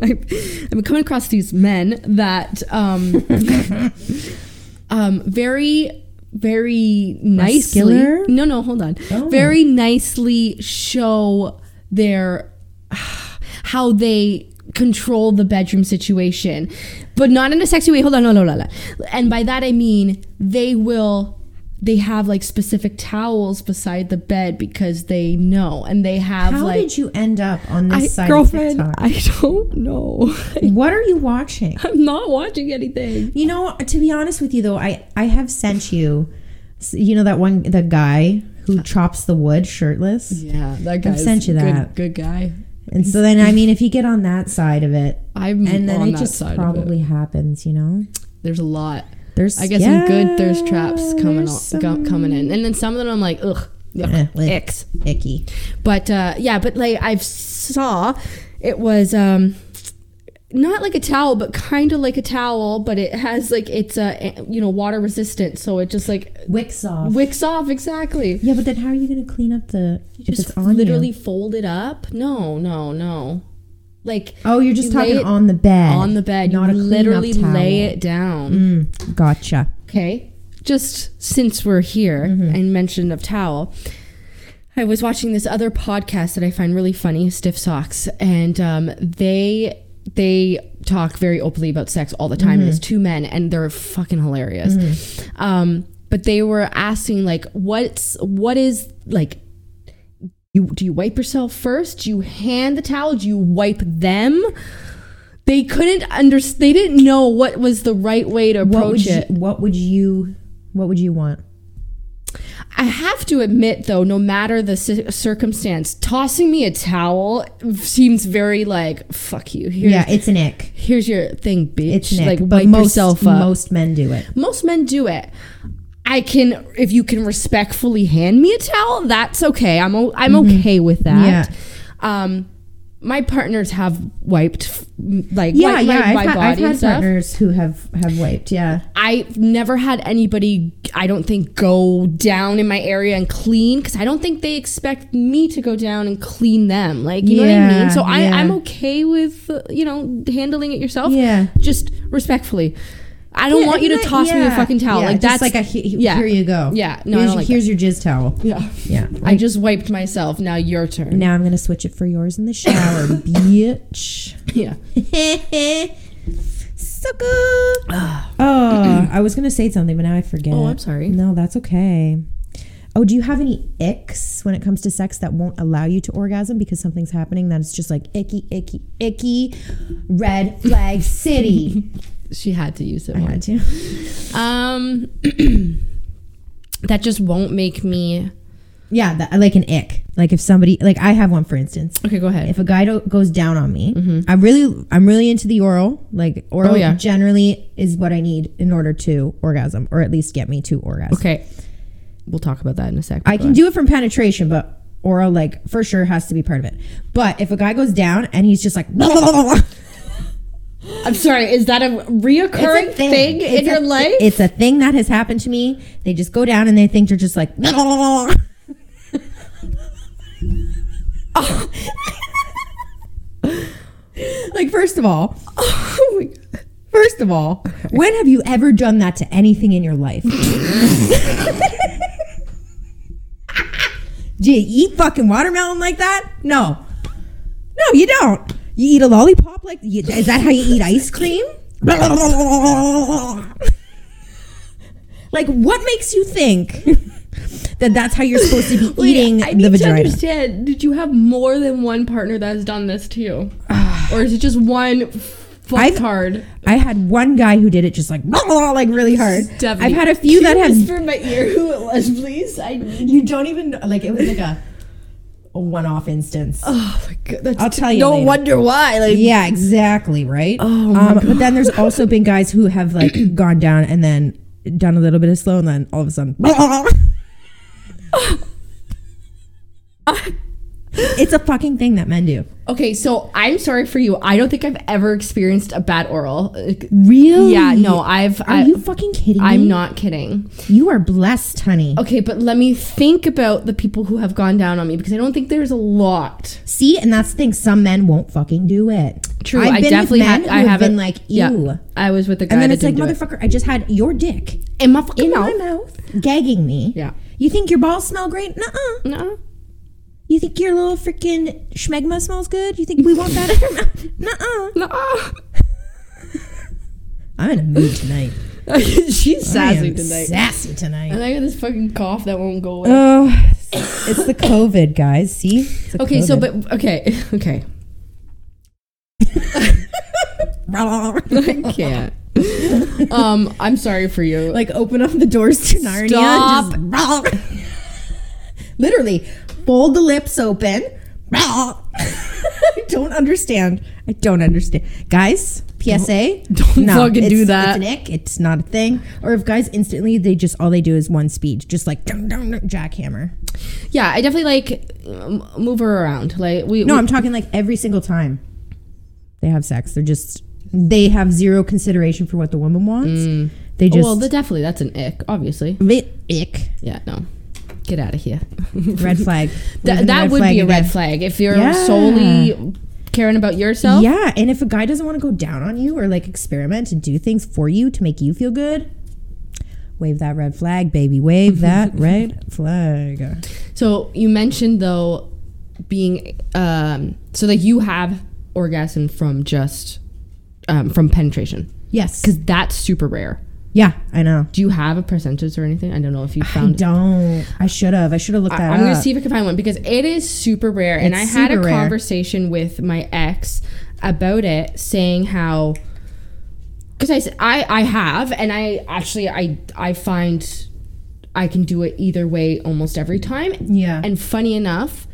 S3: I, I'm coming across these men that
S2: [laughs]
S3: um, um, very, very nicely.
S2: Muscular?
S3: No, no, hold on.
S2: Oh.
S3: Very nicely show their [sighs] how they control the bedroom situation, but not in a sexy way. Hold on, no, no, no, no. And by that I mean they will. They have like specific towels beside the bed because they know, and they have
S2: How
S3: like
S2: did you end up on this
S3: I,
S2: side
S3: girlfriend.
S2: of TikTok?
S3: I don't know.
S2: what are you watching?
S3: I'm not watching anything.
S2: You know, to be honest with you, though, I I have sent you, you know that one the guy who chops the wood shirtless.
S3: Yeah, that guy.
S2: sent you that.
S3: Good, guy.
S2: And so then, I mean, if you get on that side of it,
S3: I'm
S2: and then
S3: on
S2: it
S3: that
S2: just
S3: side of it.
S2: probably happens, you know.
S3: There's a lot.
S2: There's,
S3: I get some good thirst traps coming
S2: there's some
S3: on, go- coming in, and then some of them I'm like, ugh,
S2: Eh,
S3: ugh
S2: like-
S3: icks.
S2: icky.
S3: But uh, yeah, but like I've saw, it was um, not like a towel, but kind of like a towel, but it has like it's uh, you know water resistant, so it just like
S2: Wicks off.
S3: wicks off exactly.
S2: yeah, but then how are you going to clean up the if
S3: just
S2: it's on
S3: literally
S2: you?
S3: fold it up. No, no, no. Like
S2: Oh, you're just
S3: you lay
S2: talking
S3: it
S2: on the bed.
S3: on the bed,
S2: not
S3: you
S2: a
S3: literally
S2: cleanup towel.
S3: lay it down.
S2: Mm, gotcha.
S3: Okay. Just since we're here
S2: Mm-hmm.
S3: and mention of towel, I was watching this other podcast that I find really funny, Stiff Socks, and um, they they talk very openly about sex all the time.
S2: Mm-hmm.
S3: There's two men, and they're fucking hilarious. Um, but they were asking like, what's what is like. You, do you wipe yourself first? Do you hand the towel? Do you wipe them? They couldn't under. They didn't know what was the right way to approach
S2: What would you,
S3: it.
S2: what would you what would you want?
S3: I have to admit, though, no matter the ci- circumstance, tossing me a towel seems very like fuck you. Here's,
S2: Yeah, it's an ick.
S3: here's your thing, bitch.
S2: It's an ick.
S3: like
S2: but
S3: wipe
S2: most,
S3: yourself up. Most,
S2: Most men do it.
S3: men do it. I can, if you can respectfully hand me a towel, that's okay. I'm o- I'm
S2: Mm-hmm.
S3: okay with that. Um, my partners have wiped f- like
S2: Yeah, yeah.
S3: wiped my,
S2: I've,
S3: my
S2: had,
S3: body
S2: I've
S3: and
S2: had
S3: stuff.
S2: partners who have have wiped. Yeah.
S3: I've never had anybody, I don't think, go down in my area and clean because I don't think they expect me to go down and clean them. Like, you know what I
S2: Yeah,
S3: mean? So I,
S2: yeah.
S3: I'm okay with, uh, you know, handling it yourself.
S2: Yeah.
S3: Just respectfully. I don't
S2: Yeah,
S3: want you to
S2: isn't it-
S3: toss me a
S2: yeah.
S3: fucking towel.
S2: Yeah,
S3: like,
S2: just
S3: that's
S2: like a he- he-
S3: yeah.
S2: here you go.
S3: Yeah. No, I
S2: here's,
S3: don't like
S2: here's your jizz towel.
S3: Yeah.
S2: Yeah.
S3: I just wiped myself. Now your turn.
S2: Now I'm gonna switch it for yours in the
S3: [laughs]
S2: shower, bitch.
S3: Yeah.
S2: Sucker. [sighs] Oh, I was gonna say something, but now I forget.
S3: Oh, I'm sorry.
S2: No, that's okay. Oh, do you have any icks when it comes to sex that won't allow you to orgasm because something's
S3: [laughs]
S2: happening that is just like icky, icky, icky, red flag city?
S3: She had to use it
S2: I had
S3: once.
S2: to.
S3: Um, [clears throat] that just won't make me.
S2: Yeah, that, like an ick. Like if somebody, like I have one for instance.
S3: Okay, go ahead.
S2: If a guy do- goes down on me, I really, I'm really into the oral. Like oral
S3: Mm-hmm. Oh, yeah.
S2: generally is what I need in order to orgasm, or at least get me to orgasm.
S3: okay, we'll talk about that in a sec.
S2: I can do it from penetration, but oral, like for sure, has to be part of it. But if a guy goes down and he's just like, [laughs]
S3: I'm sorry. Is that a reoccurring
S2: It's a
S3: thing,
S2: It's
S3: in
S2: a
S3: your
S2: thi-
S3: life?
S2: It's a thing that has happened to me. They just go down and they think they're just like. [laughs] like first of all,
S3: oh my God.
S2: first of all, [laughs] when have you ever done that to anything in your [laughs] life? Do you eat fucking watermelon like that? No. No, you don't. You eat a lollipop like you, is that how you eat ice [laughs] cream? like what makes you think that that's how you're supposed to be
S3: Wait,
S2: eating
S3: I
S2: the
S3: need to
S2: vagina?
S3: understand. Did you have more than one partner that has done this to
S2: [sighs]
S3: you, or is it just one
S2: I've-
S3: fuck card?
S2: I had one guy who did it just like [laughs] like really hard.
S3: Stephanie,
S2: I've had a few that [laughs] have
S3: for my ear who it was, please.
S2: [laughs]
S3: I
S2: you don't even know- like it was like a, a one-off instance.
S3: oh my god, that's
S2: I'll tell you
S3: No
S2: later.
S3: wonder why. Like
S2: Yeah, exactly, right?
S3: Oh my
S2: um, but then there's also been guys who have
S3: [clears throat]
S2: like gone down and then done a little bit of slow and then all of a
S3: [laughs]
S2: sudden It's a fucking thing that men do.
S3: Okay, so I'm sorry for you. I don't think I've ever experienced a bad oral.
S2: Really?
S3: Yeah, no, I've.
S2: Are
S3: I,
S2: you fucking kidding me?
S3: I'm not kidding.
S2: You are blessed, honey.
S3: Okay, but let me think about the people who have gone down on me because I don't think there's a lot.
S2: See, and that's the thing. Some men won't fucking do it.
S3: True,
S2: I've
S3: I
S2: been
S3: definitely
S2: with
S3: had-
S2: men who
S3: I
S2: have
S3: haven't-
S2: been like, ew.
S3: yeah. I was with a guy
S2: And then
S3: that
S2: it's like,
S3: didn't do
S2: motherfucker, I just had your dick
S3: it. in my fucking
S2: in my
S3: mouth.
S2: mouth, gagging me.
S3: Yeah.
S2: You think your balls smell great? Nuh-uh.
S3: No.
S2: You think your little freaking schmegma smells good? You think we want that in our mouth? [laughs] Nuh-uh.
S3: No.
S2: I'm in a mood tonight.
S3: [laughs] She's
S2: I
S3: sassy
S2: am
S3: tonight.
S2: Sassy
S3: and
S2: tonight.
S3: I got this fucking cough that won't go away.
S2: Oh, it's [coughs] the COVID, guys. See? It's the
S3: okay, so
S2: COVID.
S3: but okay, [laughs] okay.
S2: [laughs]
S3: I can't. um, I'm sorry for you.
S2: like open up the doors to Narnia. and just- Literally, fold the lips open. [laughs] I don't understand. I don't understand, guys. PSA:
S3: [laughs] don't fucking
S2: it's-
S3: do
S2: It's
S3: that.
S2: an ick. It's not a thing. Or if guys instantly, they just all they do is one speed, just like dun, dun, dun, jackhammer.
S3: yeah, I definitely like um, move her around. Like we
S2: No,
S3: we-
S2: I'm talking like every single time they have sex. They're just they have zero consideration for what the woman wants. They just
S3: Mm. Oh, well, the, definitely that's an ick, obviously.
S2: [laughs] ick.
S3: Yeah, no. Get out of here.
S2: Red flag. Waving
S3: That
S2: the
S3: that
S2: red
S3: would
S2: flag
S3: be a
S2: again.
S3: red flag if you're
S2: Yeah.
S3: solely caring about yourself.
S2: Yeah, and if a guy doesn't want to go down on you or like experiment and do things for you to make you feel good, wave that red flag, baby.
S3: [laughs]
S2: Wave that red flag.
S3: So you mentioned though being um so that you have orgasm from just um, from penetration
S2: Yes.
S3: because that's super rare.
S2: yeah, I know.
S3: Do you have a percentage or anything? I don't know if you
S2: I
S3: found.
S2: don't. I should have. I should have looked that
S3: I'm gonna
S2: up.
S3: see if Um, I can find one because it is super rare. and I
S2: It's
S3: had a
S2: super rare.
S3: conversation with my ex about it, saying how because I, s- I I have and I actually I I find I can do it either way almost every time.
S2: Yeah.
S3: And funny enough,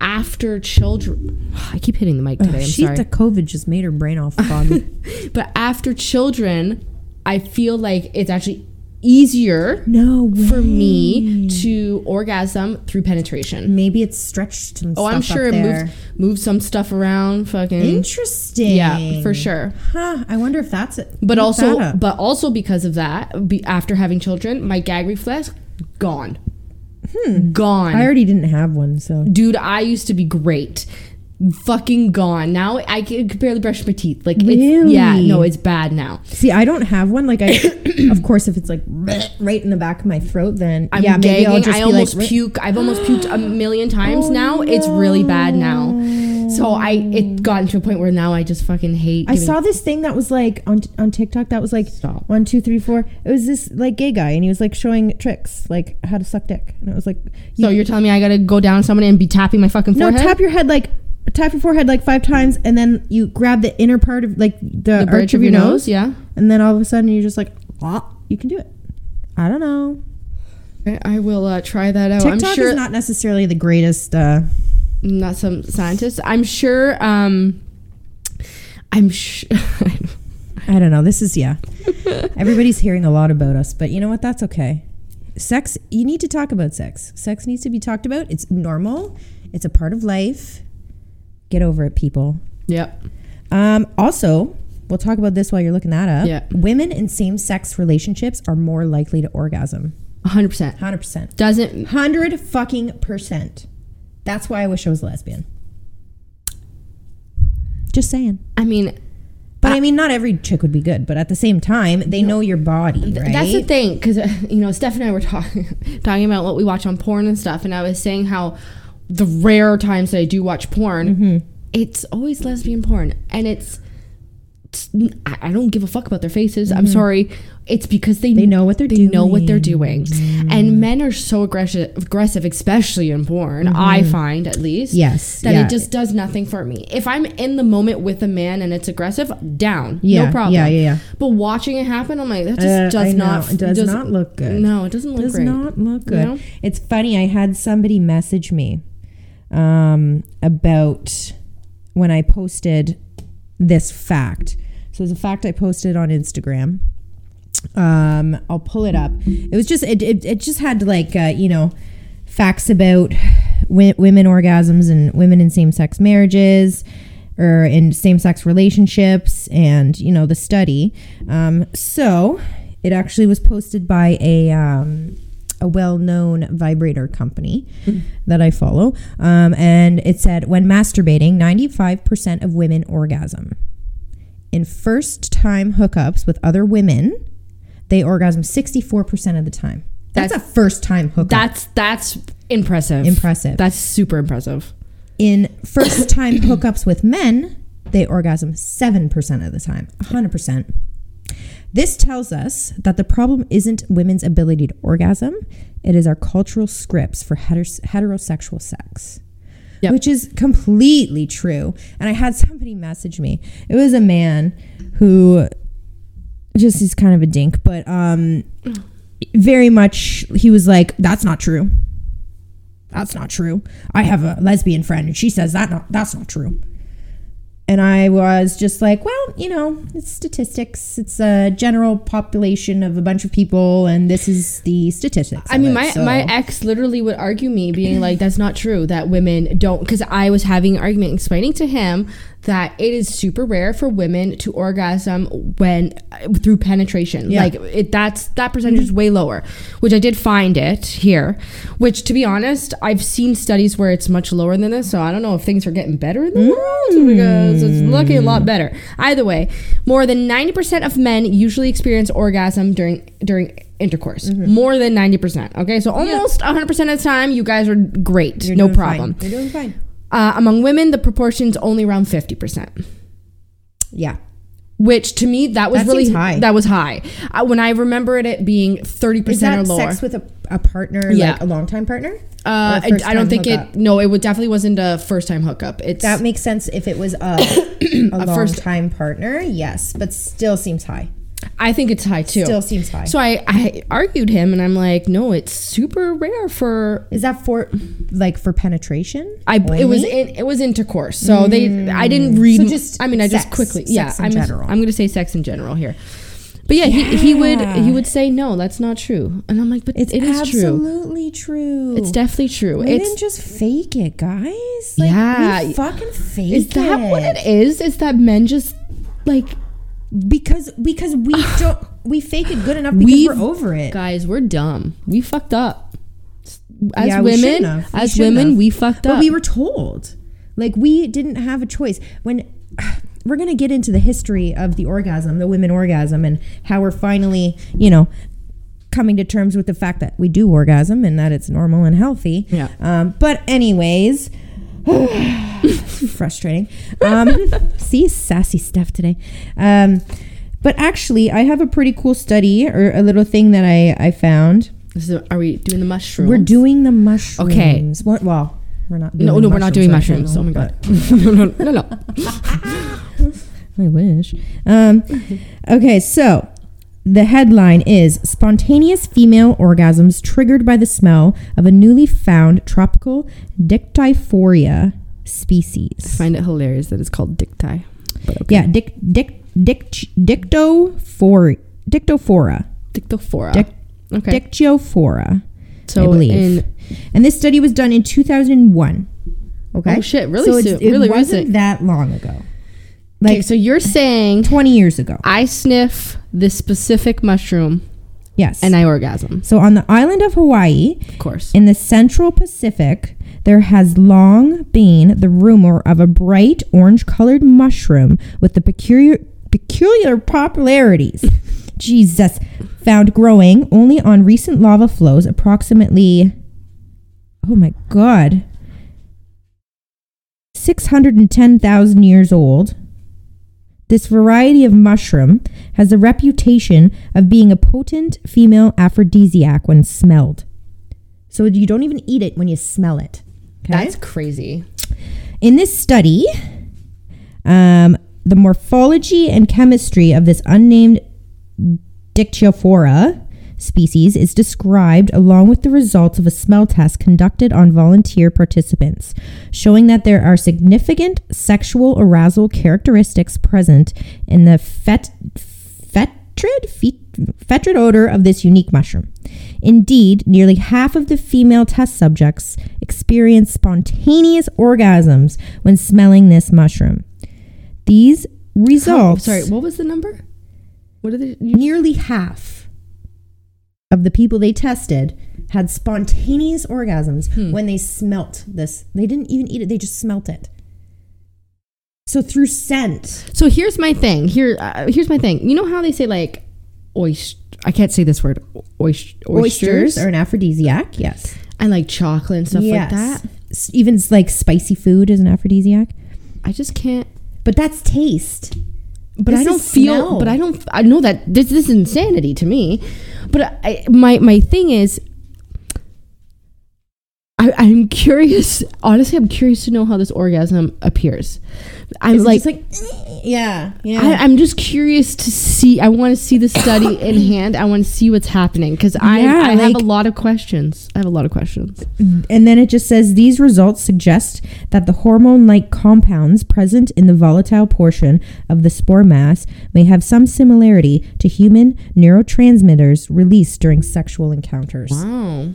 S3: after children, [sighs] I keep hitting the mic today. I'm
S2: she
S3: sorry.
S2: the COVID just made her brain
S3: [laughs]
S2: all foggy.
S3: but after children, I feel like it's actually easier
S2: no, way.
S3: for me to orgasm through penetration.
S2: maybe it's stretched and
S3: Oh,
S2: stuff
S3: I'm
S2: up
S3: sure it
S2: there.
S3: moved moved some stuff around. Fucking
S2: Interesting.
S3: yeah, for sure.
S2: Huh. I wonder if that's it.
S3: But
S2: Look
S3: also,
S2: that up.
S3: but also because of that, be, after having children, my gag reflex gone, gone.
S2: Hmm. I already didn't have one, so
S3: Dude, I used to be great. Fucking gone. Now I can could barely brush my teeth. Like, it's, yeah,
S2: Really?
S3: no, it's bad now.
S2: See, I don't have one.
S3: [coughs]
S2: Like, I, of course, if it's like right in the back of my throat, then
S3: I'm
S2: yeah, maybe
S3: gagging.
S2: I'll just
S3: I
S2: be
S3: almost
S2: like,
S3: puke. I've almost puked a million times now. It's really bad now. So I it gotten to a point where now I just fucking hate.
S2: I
S3: giving-
S2: saw this thing that was like on on TikTok that was like
S3: Stop.
S2: one, two, three, four. It was this like gay guy, and he was like showing tricks, like how to suck dick, and it was like, you
S3: So you're telling me I gotta go down someone and be tapping my fucking
S2: no,
S3: forehead?
S2: tap your head like tap your forehead like five times, and then you grab the inner part of like the,
S3: the
S2: arch
S3: bridge of your nose. Yeah.
S2: and then all of a sudden you're just like, ah, you can do it. I don't know.
S3: I, I will uh, try that out.
S2: TikTok
S3: I'm sure
S2: is
S3: [laughs]
S2: not necessarily the greatest. Uh,
S3: not some scientist. I'm sure. Um, I'm sure.
S2: I don't know. This is yeah. Everybody's hearing a lot about us, but you know what? That's okay. Sex. You need to talk about sex. Sex needs to be talked about. It's normal. It's a part of life. Get over it, people.
S3: [laughs] yep.
S2: Um, also, we'll talk about this while you're looking that up.
S3: Yeah.
S2: Women in same sex relationships are more likely to orgasm.
S3: 100%.
S2: 100%.
S3: Doesn't
S2: 100 fucking percent. That's why I wish I was a lesbian. Just saying.
S3: I mean
S2: But I mean, not every chick would be good, but at the same time, they know your body, right?
S3: That's the thing, because [laughs] you know, Steph and I were talking [laughs] talking about what we watch on porn and stuff, and I was saying how the rare times that I do watch porn,
S2: Mm-hmm.
S3: it's always lesbian porn, and it's, it's- I I don't give a fuck about their faces. I'm sorry. It's because they
S2: Mm-hmm. They know what they're
S3: they know what they're doing, and men are so aggressive, aggressive, especially in porn. I find at least
S2: Yes,
S3: that
S2: Mm-hmm. yeah.
S3: it just does nothing for me. If I'm in the moment with a man and it's aggressive, down,
S2: Yeah,
S3: no problem.
S2: yeah, yeah, yeah.
S3: But watching it happen, I'm like, that just
S2: Uh, I
S3: does
S2: know,
S3: not
S2: it does not look good.
S3: No, it doesn't look
S2: does
S3: great.
S2: not look good.
S3: know?
S2: It's funny. I had somebody message me um, about when I posted this fact. So it's a fact I posted on Instagram. Um, I'll pull it up. It was just it it, it just had like uh, you know facts about w- women orgasms and women in same sex marriages or in same sex relationships and you know the study. Um, so it actually was posted by a um, a well-known vibrator company that I follow, um, and it said when masturbating, 95% of women orgasm. In first-time hookups with other women, they orgasm 64% of the time. That's,
S3: That's-
S2: a first-time hookup.
S3: That's that's impressive.
S2: impressive.
S3: That's super impressive.
S2: In first-time [coughs] hookups with men, they orgasm 7% of the time. 100%. This tells us that the problem isn't women's ability to orgasm, it is our cultural scripts for heter- heterosexual sex.
S3: Yep.
S2: Which is completely true. And I had [laughs] somebody message me. It was a man who just he's kind of a dink, but um very much he was like, That's not true. That's not true. I have a lesbian friend and she says that not that's not true. And I was just like, well, you know, it's statistics. It's a general population of a bunch of people, and this is the statistics.
S3: I
S2: of
S3: mean,
S2: it,
S3: my
S2: so-
S3: my ex literally would argue me, being like, "That's not true. That women don't." Because I was having an argument explaining to him that it is super rare for women to orgasm when through penetration.
S2: Yeah.
S3: Like it, that's that percentage
S2: Mm-hmm.
S3: is way lower, which I did find it here. Which, to be honest, I've seen studies where it's much lower than this. So I don't know if things are getting better in the
S2: Mm.
S3: world because it's looking a lot better. Either way, more than ninety percent of men usually experience orgasm during during intercourse.
S2: Mm-hmm.
S3: More than 90%. Okay, so almost 100% of the time, you guys are great.
S2: You're
S3: no
S2: doing fine.
S3: problem.
S2: You're doing fine.
S3: Uh, among women, the proportion's only around 50%.
S2: Yeah.
S3: Which to me that was
S2: That
S3: really
S2: seems high.
S3: That was high. Uh, when I remembered it being thirty
S2: Is
S3: percent or
S2: that
S3: lower,
S2: sex with a, a partner,
S3: Yeah.
S2: like a longtime partner?
S3: uh,
S2: Or
S3: I,
S2: first
S3: I don't
S2: time
S3: think
S2: hookup?
S3: it. No, it would definitely wasn't a first time hookup. It's
S2: That makes sense if it
S3: [coughs]
S2: was a, a,
S3: first-
S2: long-time partner, yes, but still seems high.
S3: I think it's high too.
S2: Still seems high.
S3: So I, I argued him, and I'm like, no, it's super rare for
S2: Is that for like for penetration?
S3: I it was
S2: only?
S3: in, it was intercourse. So they I didn't read.
S2: Mm. So just
S3: I mean I just
S2: sex.
S3: quickly
S2: Sex
S3: yeah.
S2: in
S3: I'm
S2: general.
S3: I'm gonna say sex in general here. But yeah, He, he would he would say no, that's not true, and I'm like, but
S2: It's
S3: it is true.
S2: absolutely true.
S3: It's definitely true.
S2: Women
S3: it's
S2: just fake it, guys. Like,
S3: Yeah.
S2: we fucking fake
S3: is that
S2: it.
S3: what it is? Is that men just like
S2: Because because
S3: [sighs]
S2: we don't we fake it good enough because
S3: We've
S2: we're over it.
S3: guys? We're dumb. We fucked up. As
S2: Yeah, we
S3: women,
S2: shouldn't have. We
S3: as
S2: shouldn't
S3: women,
S2: have.
S3: we fucked up.
S2: But we were told, like we didn't have a choice. When [sighs] we're gonna get into the history of the orgasm, the women orgasm, and how we're finally, you know, coming to terms with the fact that we do orgasm and that it's normal and healthy.
S3: Yeah.
S2: Um, but anyways. [sighs] frustrating. Um, [laughs] see, sassy stuff today. Um, but actually, I have a pretty cool study or a little thing that I, I found.
S3: This is- are we doing the mushroom?
S2: We're doing the mushrooms.
S3: Okay.
S2: What, well, We're not.
S3: No, no, we're not doing
S2: actually,
S3: mushrooms.
S2: no,
S3: Oh my
S2: but-
S3: god. [laughs] no, no, no, no.
S2: I wish. Um, [laughs] okay, so the headline is Spontaneous Female Orgasms Triggered by the Smell of a Newly Found Tropical Dictyphoria Species.
S3: Find it hilarious that it's called dicti. But okay.
S2: Yeah, dic, dic, dic, dictophori, dictophora.
S3: Dictophora.
S2: Dic-
S3: okay.
S2: Dictyophora.
S3: so
S2: I believe.
S3: in
S2: and this study was done in 2001. Okay.
S3: Oh, shit, really
S2: it's-
S3: soon- really
S2: it wasn't
S3: recent.
S2: that long ago.
S3: Okay,
S2: Like
S3: so you're saying
S2: 20 years ago.
S3: I sniff this specific mushroom
S2: Yes.
S3: and I orgasm.
S2: so on the island of Hawaii,
S3: Of course.
S2: In the Central Pacific, there has long been the rumor of a bright orange colored mushroom with the peculiar, peculiar
S3: [laughs]
S2: popularities. Jesus. Found growing only on recent lava flows, approximately, oh my God, 610,000 years old. This variety of mushroom has a reputation of being a potent female aphrodisiac when smelled. So you don't even eat it when you smell it. Okay.
S3: That's crazy.
S2: In this study, um, the morphology and chemistry of this unnamed Dictyophora species is described along with the results of a smell test conducted on volunteer participants, showing that there are significant sexual arousal characteristics present in the fet- fetrid, fe- fetrid odor of this unique mushroom. Indeed, nearly half of the female test subjects experienced spontaneous orgasms when smelling this mushroom. These
S3: Oh,
S2: results
S3: sorry, what was the number? What are they? You,
S2: nearly half of the people they tested had spontaneous orgasms
S3: Hmm.
S2: when they smelt this. They didn't even eat it, they just smelt it. So through scent.
S3: so here's my thing. Here, uh, here's my thing. You know how they say like oyster? I can't say this word. Oyster, oysters
S2: Oysters are an aphrodisiac, yes.
S3: and like chocolate and stuff like that.
S2: S- Even s- like spicy food is an aphrodisiac.
S3: I just can't.
S2: But that's taste.
S3: But
S2: This
S3: I
S2: is
S3: don't feel.
S2: smell.
S3: But I don't. I know that this, this is insanity to me. But I, my my thing is, I, I'm curious. Honestly, I'm curious to know how this orgasm appears. I'm
S2: It's
S3: like,
S2: just like [clears throat] yeah, yeah.
S3: I, I'm just curious to see. I want to see the [coughs] study in hand. I want to see what's happening because I
S2: Yeah,
S3: I have
S2: like-
S3: a lot of questions. I have a lot of questions.
S2: And then it just says these results suggest that the hormone like compounds present in the volatile portion of the spore mass may have some similarity to human neurotransmitters released during sexual encounters.
S3: Wow,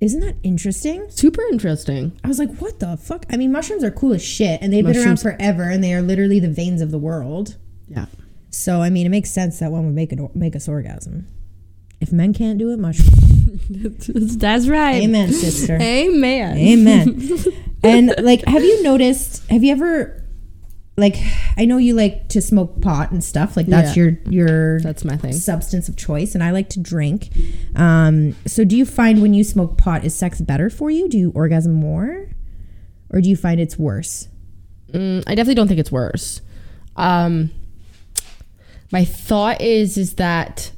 S2: Isn't that interesting?
S3: super interesting.
S2: I was like, what the fuck? I mean, mushrooms are cool as shit and they've
S3: Mushrooms-
S2: been around forever and they are literally the veins of the world.
S3: Yeah. [laughs]
S2: So, I mean, it makes sense that one would make, it, make us orgasm. If men can't do it, [laughs] mushrooms.
S3: That's right.
S2: Amen, sister.
S3: Amen. [laughs]
S2: Amen. and like, have you noticed? Have you ever, like, I know you like to smoke pot and stuff. Like, that's
S3: Yeah.
S2: your your
S3: That's my thing.
S2: substance of choice. And I like to drink. Um, so, do you find when you smoke pot is sex better for you? Do you orgasm more, or do you find it's worse?
S3: Mm, I definitely don't think it's worse. Um, my thought is is that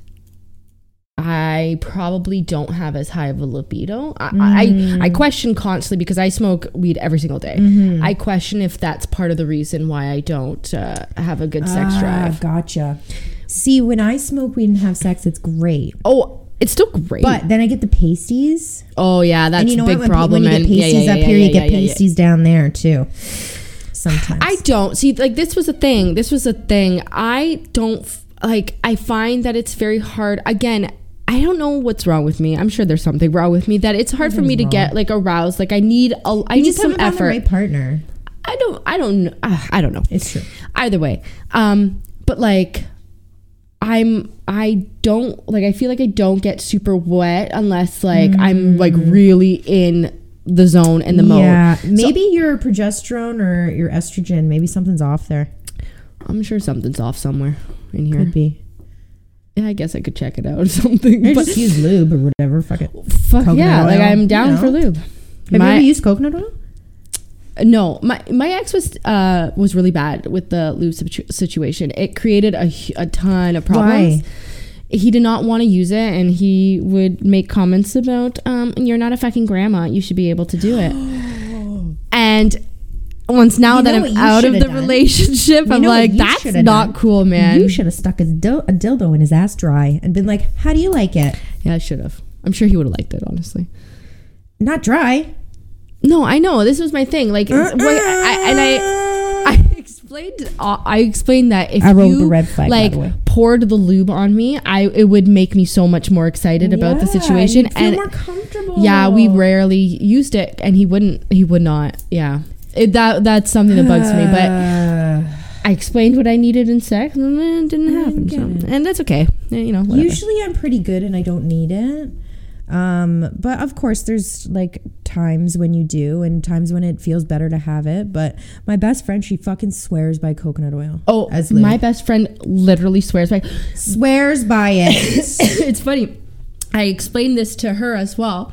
S3: I probably don't have as high of a libido. I,
S2: Mm.
S3: I I question constantly because I smoke weed every single day.
S2: Mm-hmm.
S3: I question if that's part of the reason why I don't uh, have a good
S2: Ah.
S3: sex drive.
S2: gotcha. See, when I smoke weed and have sex, it's great.
S3: Oh, it's still great.
S2: But then I get the pasties.
S3: oh yeah, that's
S2: And you know
S3: a big
S2: what? When, pe-
S3: problem.
S2: when you get
S3: and- yeah,
S2: pasties
S3: yeah,
S2: up
S3: yeah,
S2: here,
S3: yeah,
S2: you
S3: yeah,
S2: get
S3: yeah, yeah.
S2: pasties down there too. Sometimes.
S3: I don't see like this was a thing. This was a thing. I don't f- like. I find that it's very hard. Again, I don't know what's wrong with me. I'm sure there's something wrong with me that it's hard for me to get like aroused. Like I need a. I
S2: You
S3: need
S2: just
S3: some
S2: haven't found
S3: effort.
S2: The right partner.
S3: I don't. I don't. kn- Uh, I don't know.
S2: It's true.
S3: Either way, um, but like. I'm I don't like I feel like I don't get super wet unless like I'm like really in the zone and the
S2: Mm. Yeah,
S3: mode. So-
S2: maybe your progesterone or your estrogen. Maybe something's off there.
S3: I'm sure something's off somewhere in here.
S2: Could be.
S3: Yeah, I guess I could check it out or [laughs] something.
S2: Or
S3: but
S2: just use lube or whatever. Fuck it.
S3: fuck
S2: coconut
S3: yeah, like
S2: oil,
S3: I'm down
S2: you know?
S3: for lube.
S2: Have
S3: My-
S2: you ever used coconut oil?
S3: No, my my ex was uh was really bad with the lube situ- situation. It created a, hu- a ton of problems.
S2: Why?
S3: He did not want to use it,
S2: [gasps]
S3: and he would make comments about, um, "You're not a fucking grandma. You should be able to do it." And once now
S2: You
S3: that
S2: know
S3: I'm
S2: what you
S3: out of
S2: shoulda
S3: the
S2: done?
S3: relationship,
S2: You
S3: I'm
S2: know what
S3: like,
S2: you
S3: that's
S2: shoulda
S3: not
S2: done?
S3: cool, man.
S2: You should have stuck a, dil- a dildo in his ass dry and been like, "How do you like it?
S3: yeah, I should have. I'm sure he would have liked it, honestly.
S2: Not dry."
S3: No, I know. This was my thing. Like, it's- wait, I, and I,
S2: Ah.
S3: I explained, I explained that if
S2: I rolled
S3: you
S2: the red flag, by
S3: like
S2: the way.
S3: poured the lube on me, I it would make me so much more excited about the
S2: Yeah, and
S3: situation.
S2: you'd feel more comfortable.
S3: yeah, we rarely used it, and he wouldn't. He would not. Yeah, it, that that's something that bugs
S2: [sighs]
S3: me. But
S2: Uh,
S3: I explained what I needed in sex, and then it didn't happen. So, and that's okay. Eh, You know, whatever.
S2: Usually I'm pretty good and I don't need it. Um, but of course there's like times when you do and times when it feels better to have it. But my best friend, she fucking swears by coconut oil.
S3: Oh,
S2: as lube.
S3: my best friend literally swears by.
S2: swears by it.
S3: [coughs] it's funny. I explained this to her as well.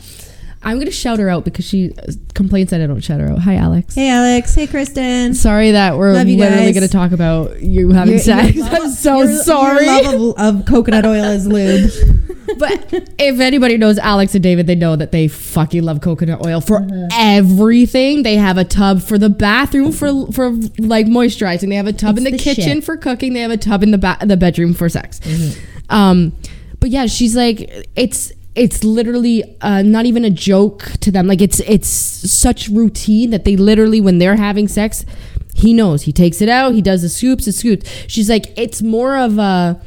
S3: I'm gonna shout her out because she complains that I don't shout her out. Hi,
S2: [laughs]
S3: Alex.
S2: hey Alex. Hey Kristen.
S3: Sorry that we're
S2: Love you guys.
S3: literally gonna talk about you having
S2: Your-
S3: sex.
S2: your
S3: I'm so
S2: your- your
S3: sorry. [laughs]
S2: love of, of coconut oil is lube.
S3: but if anybody knows Alex and David, they know that they fucking love coconut oil for
S2: Mm-hmm.
S3: everything. They have a tub for the bathroom for for like moisturizing. They have a tub in the,
S2: It's the
S3: kitchen
S2: shit.
S3: for cooking. They have a tub in the ba- the bedroom for sex.
S2: Mm-hmm.
S3: Um, but yeah, she's like it's. It's literally uh, not even a joke to them. Like it's it's such routine that they literally, when they're having sex, he knows. He takes it out. He does the scoops, the scoops. She's like, it's more of a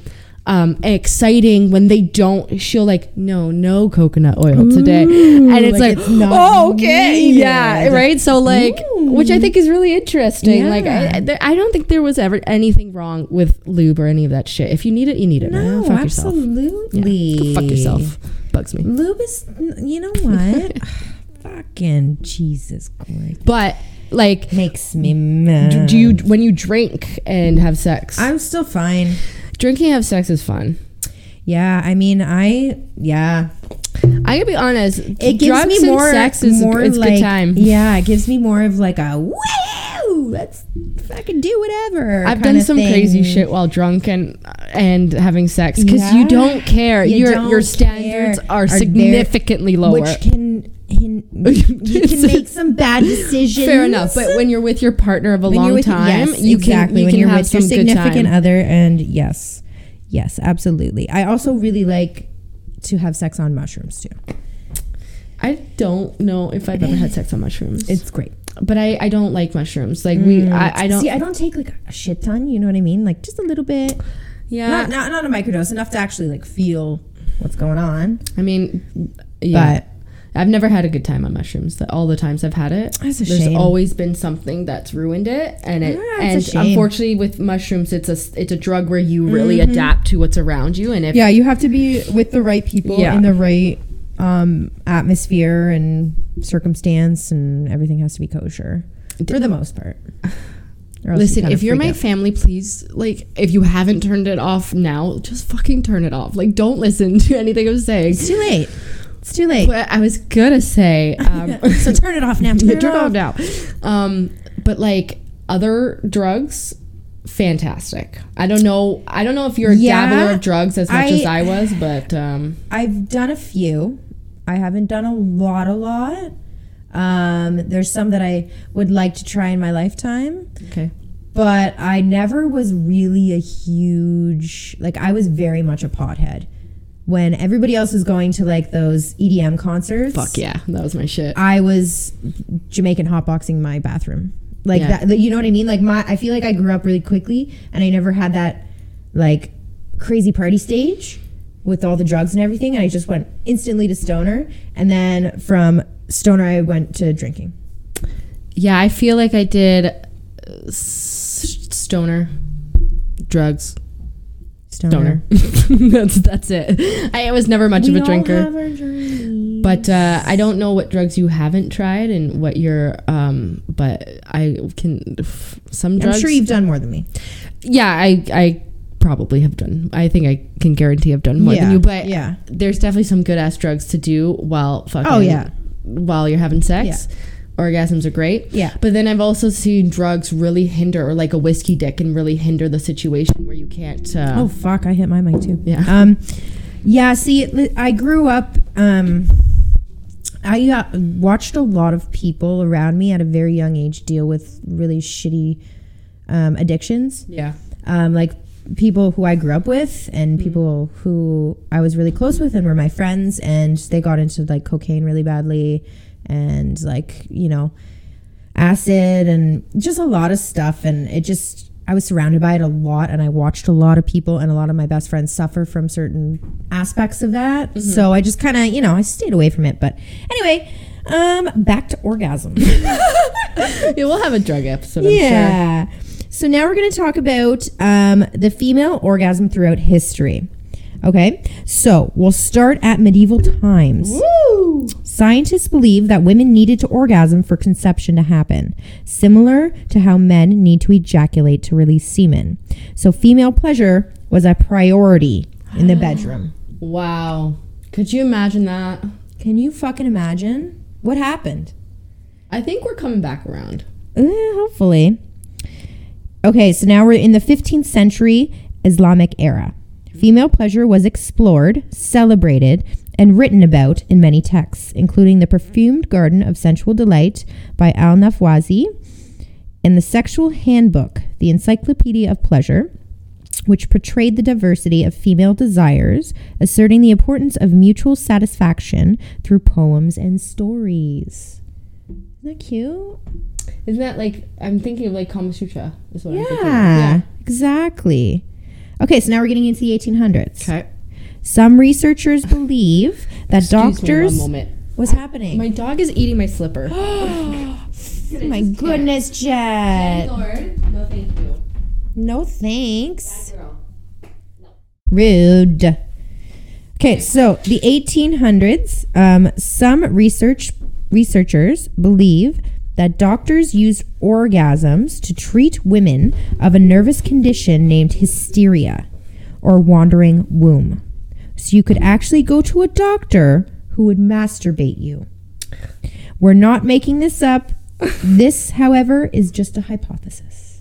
S3: um, exciting when they don't. She'll like, no, no coconut oil today, and it's
S2: like it's
S3: like,
S2: not
S3: oh, okay,
S2: needed. Mm.
S3: yeah, right. So like, which I think is really interesting. Like, I, I- there, I don't think there was ever anything wrong with lube or any of that shit. If you need it, you need it.
S2: [laughs] No,
S3: man. fuck yourself.
S2: absolutely.
S3: Yeah, go fuck yourself. Bugs me.
S2: Lube is you know [laughs] what? [sighs] Fucking Jesus Christ.
S3: But like,
S2: Makes me mad.
S3: do, do you when you drink and have sex?
S2: I'm still fine.
S3: drinking and have sex is fun.
S2: Yeah, I mean, I yeah,
S3: I gotta be honest.
S2: it gives
S3: drugs
S2: me
S3: and
S2: more
S3: sex is
S2: more
S3: it's
S2: like
S3: good time.
S2: yeah, it gives me more of like a woo, let's fucking do whatever.
S3: I've
S2: kinda
S3: done some
S2: thing.
S3: crazy shit while drunk and and having sex because you
S2: Yeah.
S3: don't care.
S2: You
S3: your
S2: don't
S3: your standards
S2: care.
S3: are
S2: Are there-
S3: significantly lower.
S2: which can,
S3: [laughs]
S2: can you can make some bad [laughs] decisions.
S3: Fair enough, but when you're with your partner of a
S2: When you're
S3: long
S2: with-
S3: time,
S2: yes,
S3: you
S2: exactly.
S3: can you
S2: when
S3: can
S2: you're
S3: have
S2: with
S3: some
S2: your significant
S3: good time.
S2: other, and yes, yes, absolutely. I also really like to have sex on mushrooms too.
S3: I don't know if I've ever had sex on mushrooms,
S2: It's great.
S3: but I, I don't like mushrooms. Like we, I, I don't.
S2: See, I don't take like a shit ton. You know what I mean? Like just a little bit.
S3: yeah,
S2: not, not not a microdose enough to actually like feel what's going on
S3: I mean, yeah. I've never had a good time on mushrooms. The- All the times I've had it,
S2: That's a
S3: there's
S2: shame.
S3: always been something that's ruined it, and it.
S2: Yeah,
S3: and
S2: it's a shame.
S3: unfortunately, with mushrooms, it's a s- it's a drug where you really adapt to what's around you, and if
S2: yeah you have to be with the right people
S3: Yeah.
S2: in the right um atmosphere and circumstance and everything has to be kosher for the most part Or else you
S3: Listen,
S2: kinda
S3: if you're my
S2: freak
S3: family, please, like, if you haven't turned it off now, just fucking turn it off. Like, don't listen [laughs] to anything I'm saying.
S2: out. it's too late it's too late
S3: But I was gonna [laughs] say, um,
S2: so turn it off now turn,
S3: [laughs]
S2: it
S3: turn
S2: off
S3: it off now. Um, but like other drugs, fantastic. I don't know. I don't know if you're a
S2: Yeah,
S3: dabbler of drugs as much
S2: I-
S3: as I was, but um,
S2: I've done a few. I haven't done a lot, a lot. Um, there's some that I would like to try in my lifetime.
S3: Okay.
S2: But I never was really a huge like I was very much a pothead. When everybody else was going to like those EDM concerts,
S3: fuck yeah, that was my shit.
S2: I was Jamaican hotboxing my bathroom. Like
S3: Yeah.
S2: that, you know what I mean? Like my, I feel like I grew up really quickly, and I never had that like crazy party stage with all the drugs and everything. And I just went instantly to stoner, and then from stoner I went to drinking.
S3: Yeah, I feel like I did uh, s- stoner drugs. Stoner. [laughs] that's that's it. I was never much
S2: We
S3: of a
S2: all
S3: drinker.
S2: have our journey.
S3: But uh, I don't know what drugs you haven't tried and what you're. Um, but I can f- some drugs.
S2: I'm sure you've done more than me.
S3: yeah, I I probably have done. I think I can guarantee I've done more
S2: Yeah,
S3: than you. But
S2: yeah.
S3: there's definitely some good ass drugs to do while fucking.
S2: Oh, yeah.
S3: while you're having sex. Orgasms are great.
S2: Yeah.
S3: But then I've also seen drugs really hinder, or like a whiskey dick can really hinder the situation where you can't. Uh,
S2: Oh fuck! I hit my mic too.
S3: Yeah.
S2: Um, yeah. See, li- I grew up. Um, I uh, watched a lot of people around me at a very young age deal with really shitty um, addictions.
S3: Yeah. [laughs]
S2: um, like people who I grew up with and people who I was really close with and were my friends, and they got into like cocaine really badly and like, you know, acid and just a lot of stuff. And it just, I was surrounded by it a lot, and I watched a lot of people and a lot of my best friends suffer from certain aspects of that. So I just kind of, you know, I stayed away from it. But anyway, um, back to orgasm.
S3: Yeah, we'll have a drug episode. I'm sure.
S2: Yeah. So now we're going to talk about um, the female orgasm throughout history. Okay. So we'll start at medieval times.
S3: Woo!
S2: Scientists believe that women needed to orgasm for conception to happen, similar to how men need to ejaculate to release semen. So female pleasure was a priority in the bedroom.
S3: Wow. Could you imagine that?
S2: [gasps] Can you fucking imagine what happened?
S3: I think we're coming back around.
S2: Uh, hopefully. Okay, so now we're in the 15th century Islamic era. Female pleasure was explored, celebrated, and written about in many texts, including The Perfumed Garden of Sensual Delight by Al Nafwazi and The Sexual Handbook, the Encyclopedia of Pleasure, which portrayed the diversity of female desires, asserting the importance of mutual satisfaction through poems and stories. Isn't that cute?
S3: Isn't that like I'm thinking of like Kama Sutra? Is what I'm thinking. of.
S2: Yeah, exactly. Okay, so now we're getting into the 1800s.
S3: Okay.
S2: Some researchers believe that
S3: Excuse me
S2: doctors.
S3: one moment.
S2: What's happening?
S3: My dog is eating my slipper.
S2: oh my goodness, Jet.
S3: Lord, no, thank you.
S2: No thanks.
S3: Girl.
S2: Rude. Okay, so the 1800s, um, some research researchers believe that doctors used orgasms to treat women of a nervous condition named hysteria or wandering womb. So you could actually go to a doctor who would masturbate you. We're not making this up. This, however, is just a hypothesis.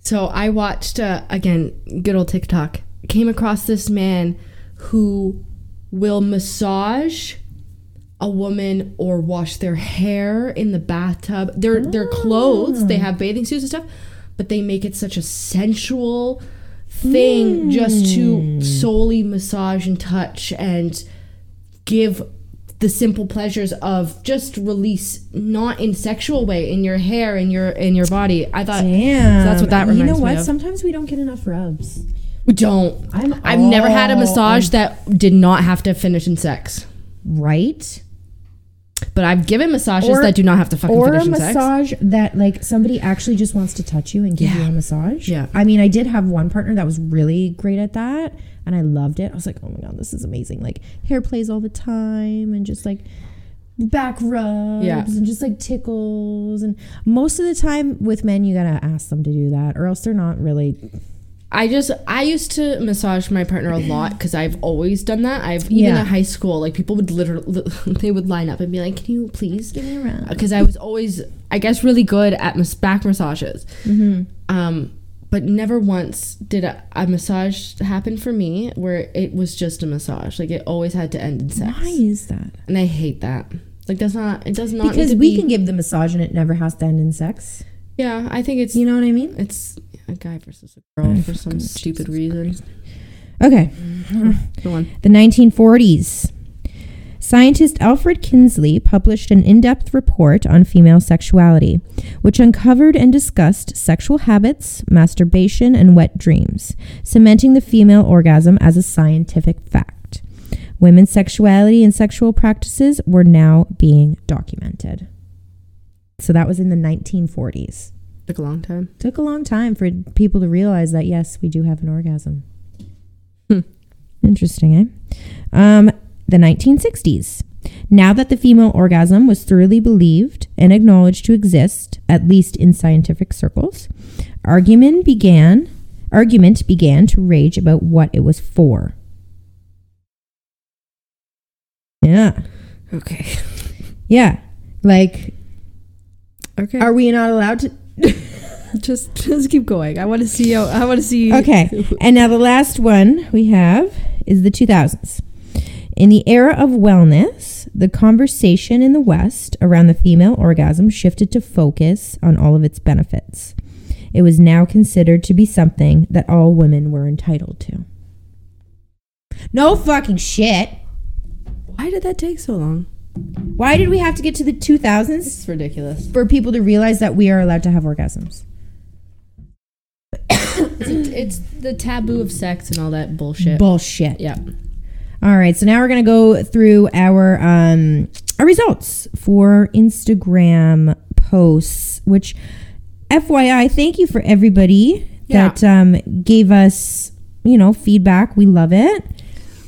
S3: So I watched uh, again, good old TikTok. Came across this man who will massage a woman or wash their hair in the bathtub. Their their clothes, they have bathing suits and stuff, but they make it such a sensual thing just to solely massage and touch and give the simple pleasures of just release not in sexual way in your hair in your in your body i thought so that's what that
S2: And
S3: reminds
S2: You know what?
S3: me of.
S2: Sometimes we don't get enough rubs.
S3: We don't.
S2: I'm
S3: I've never had a
S2: all-
S3: massage that did not have to finish in sex.
S2: right?
S3: But I've given massages
S2: Or-
S3: that do not have to fucking
S2: Or
S3: finish
S2: a
S3: in sex.
S2: massage that like somebody actually just wants to touch you and give you
S3: Yeah.
S2: a massage.
S3: Yeah.
S2: I mean, I did have one partner that was really great at that and I loved it. I was like, oh my god, this is amazing. Like hair plays all the time and just like back rubs
S3: Yeah.
S2: and just like tickles and most of the time with men you gotta ask them to do that or else they're not really
S3: I just I used to massage my partner a lot because I've always done that. I've even
S2: Yeah.
S3: at high school, like people would literally [laughs] they would line up and be like, "Can you please give me a
S2: rub."
S3: Because I was always, I guess, really good at mas- back massages.
S2: mm-hmm.
S3: Um, but never once did a, a massage happen for me where it was just a massage. Like it always had to end in sex.
S2: why is that
S3: And I hate that. Like that's not it does not need
S2: because
S3: to
S2: we
S3: be-
S2: can give the massage and it never has to end in sex
S3: Yeah, I Oh, think it's
S2: you know what i mean
S3: it's a guy versus a girl for some stupid reason.
S2: okay
S3: Go on.
S2: The 1940s. Scientist Alfred Kinsley published an in depth report on female sexuality, which uncovered and discussed sexual habits, masturbation, and wet dreams, cementing the female orgasm as a scientific fact. Women's sexuality and sexual practices were now being documented. So that was in the 1940s.
S3: Took a long time.
S2: Took a long time for people to realize that, yes, we do have an orgasm.
S3: Hmm.
S2: Interesting, eh? Um, the 1960s. Now that the female orgasm was thoroughly believed and acknowledged to exist, at least in scientific circles, argument began. Argument began to rage about what it was for. Yeah,
S3: Okay. [laughs]
S2: yeah. Like,
S3: Okay.
S2: are we not allowed to?
S3: [laughs] just just keep going. I want to see how I want to see
S2: Okay. And now the last one we have is the 2000s. In the era of wellness, The conversation in the West around the female orgasm shifted to focus on all of its benefits. It was now considered to be something that all women were entitled to. No fucking shit.
S3: Why did that take so long?
S2: Why did we have to get to the 2000s
S3: It's ridiculous.
S2: for people to realize that we are allowed to have orgasms?
S3: It's the taboo of sex and all that bullshit.
S2: Bullshit.
S3: yeah.
S2: All right, so now we're gonna go through our um, our results for Instagram posts. Which, FYI, thank you for everybody
S3: Yeah.
S2: that um, gave us you know feedback. We love it.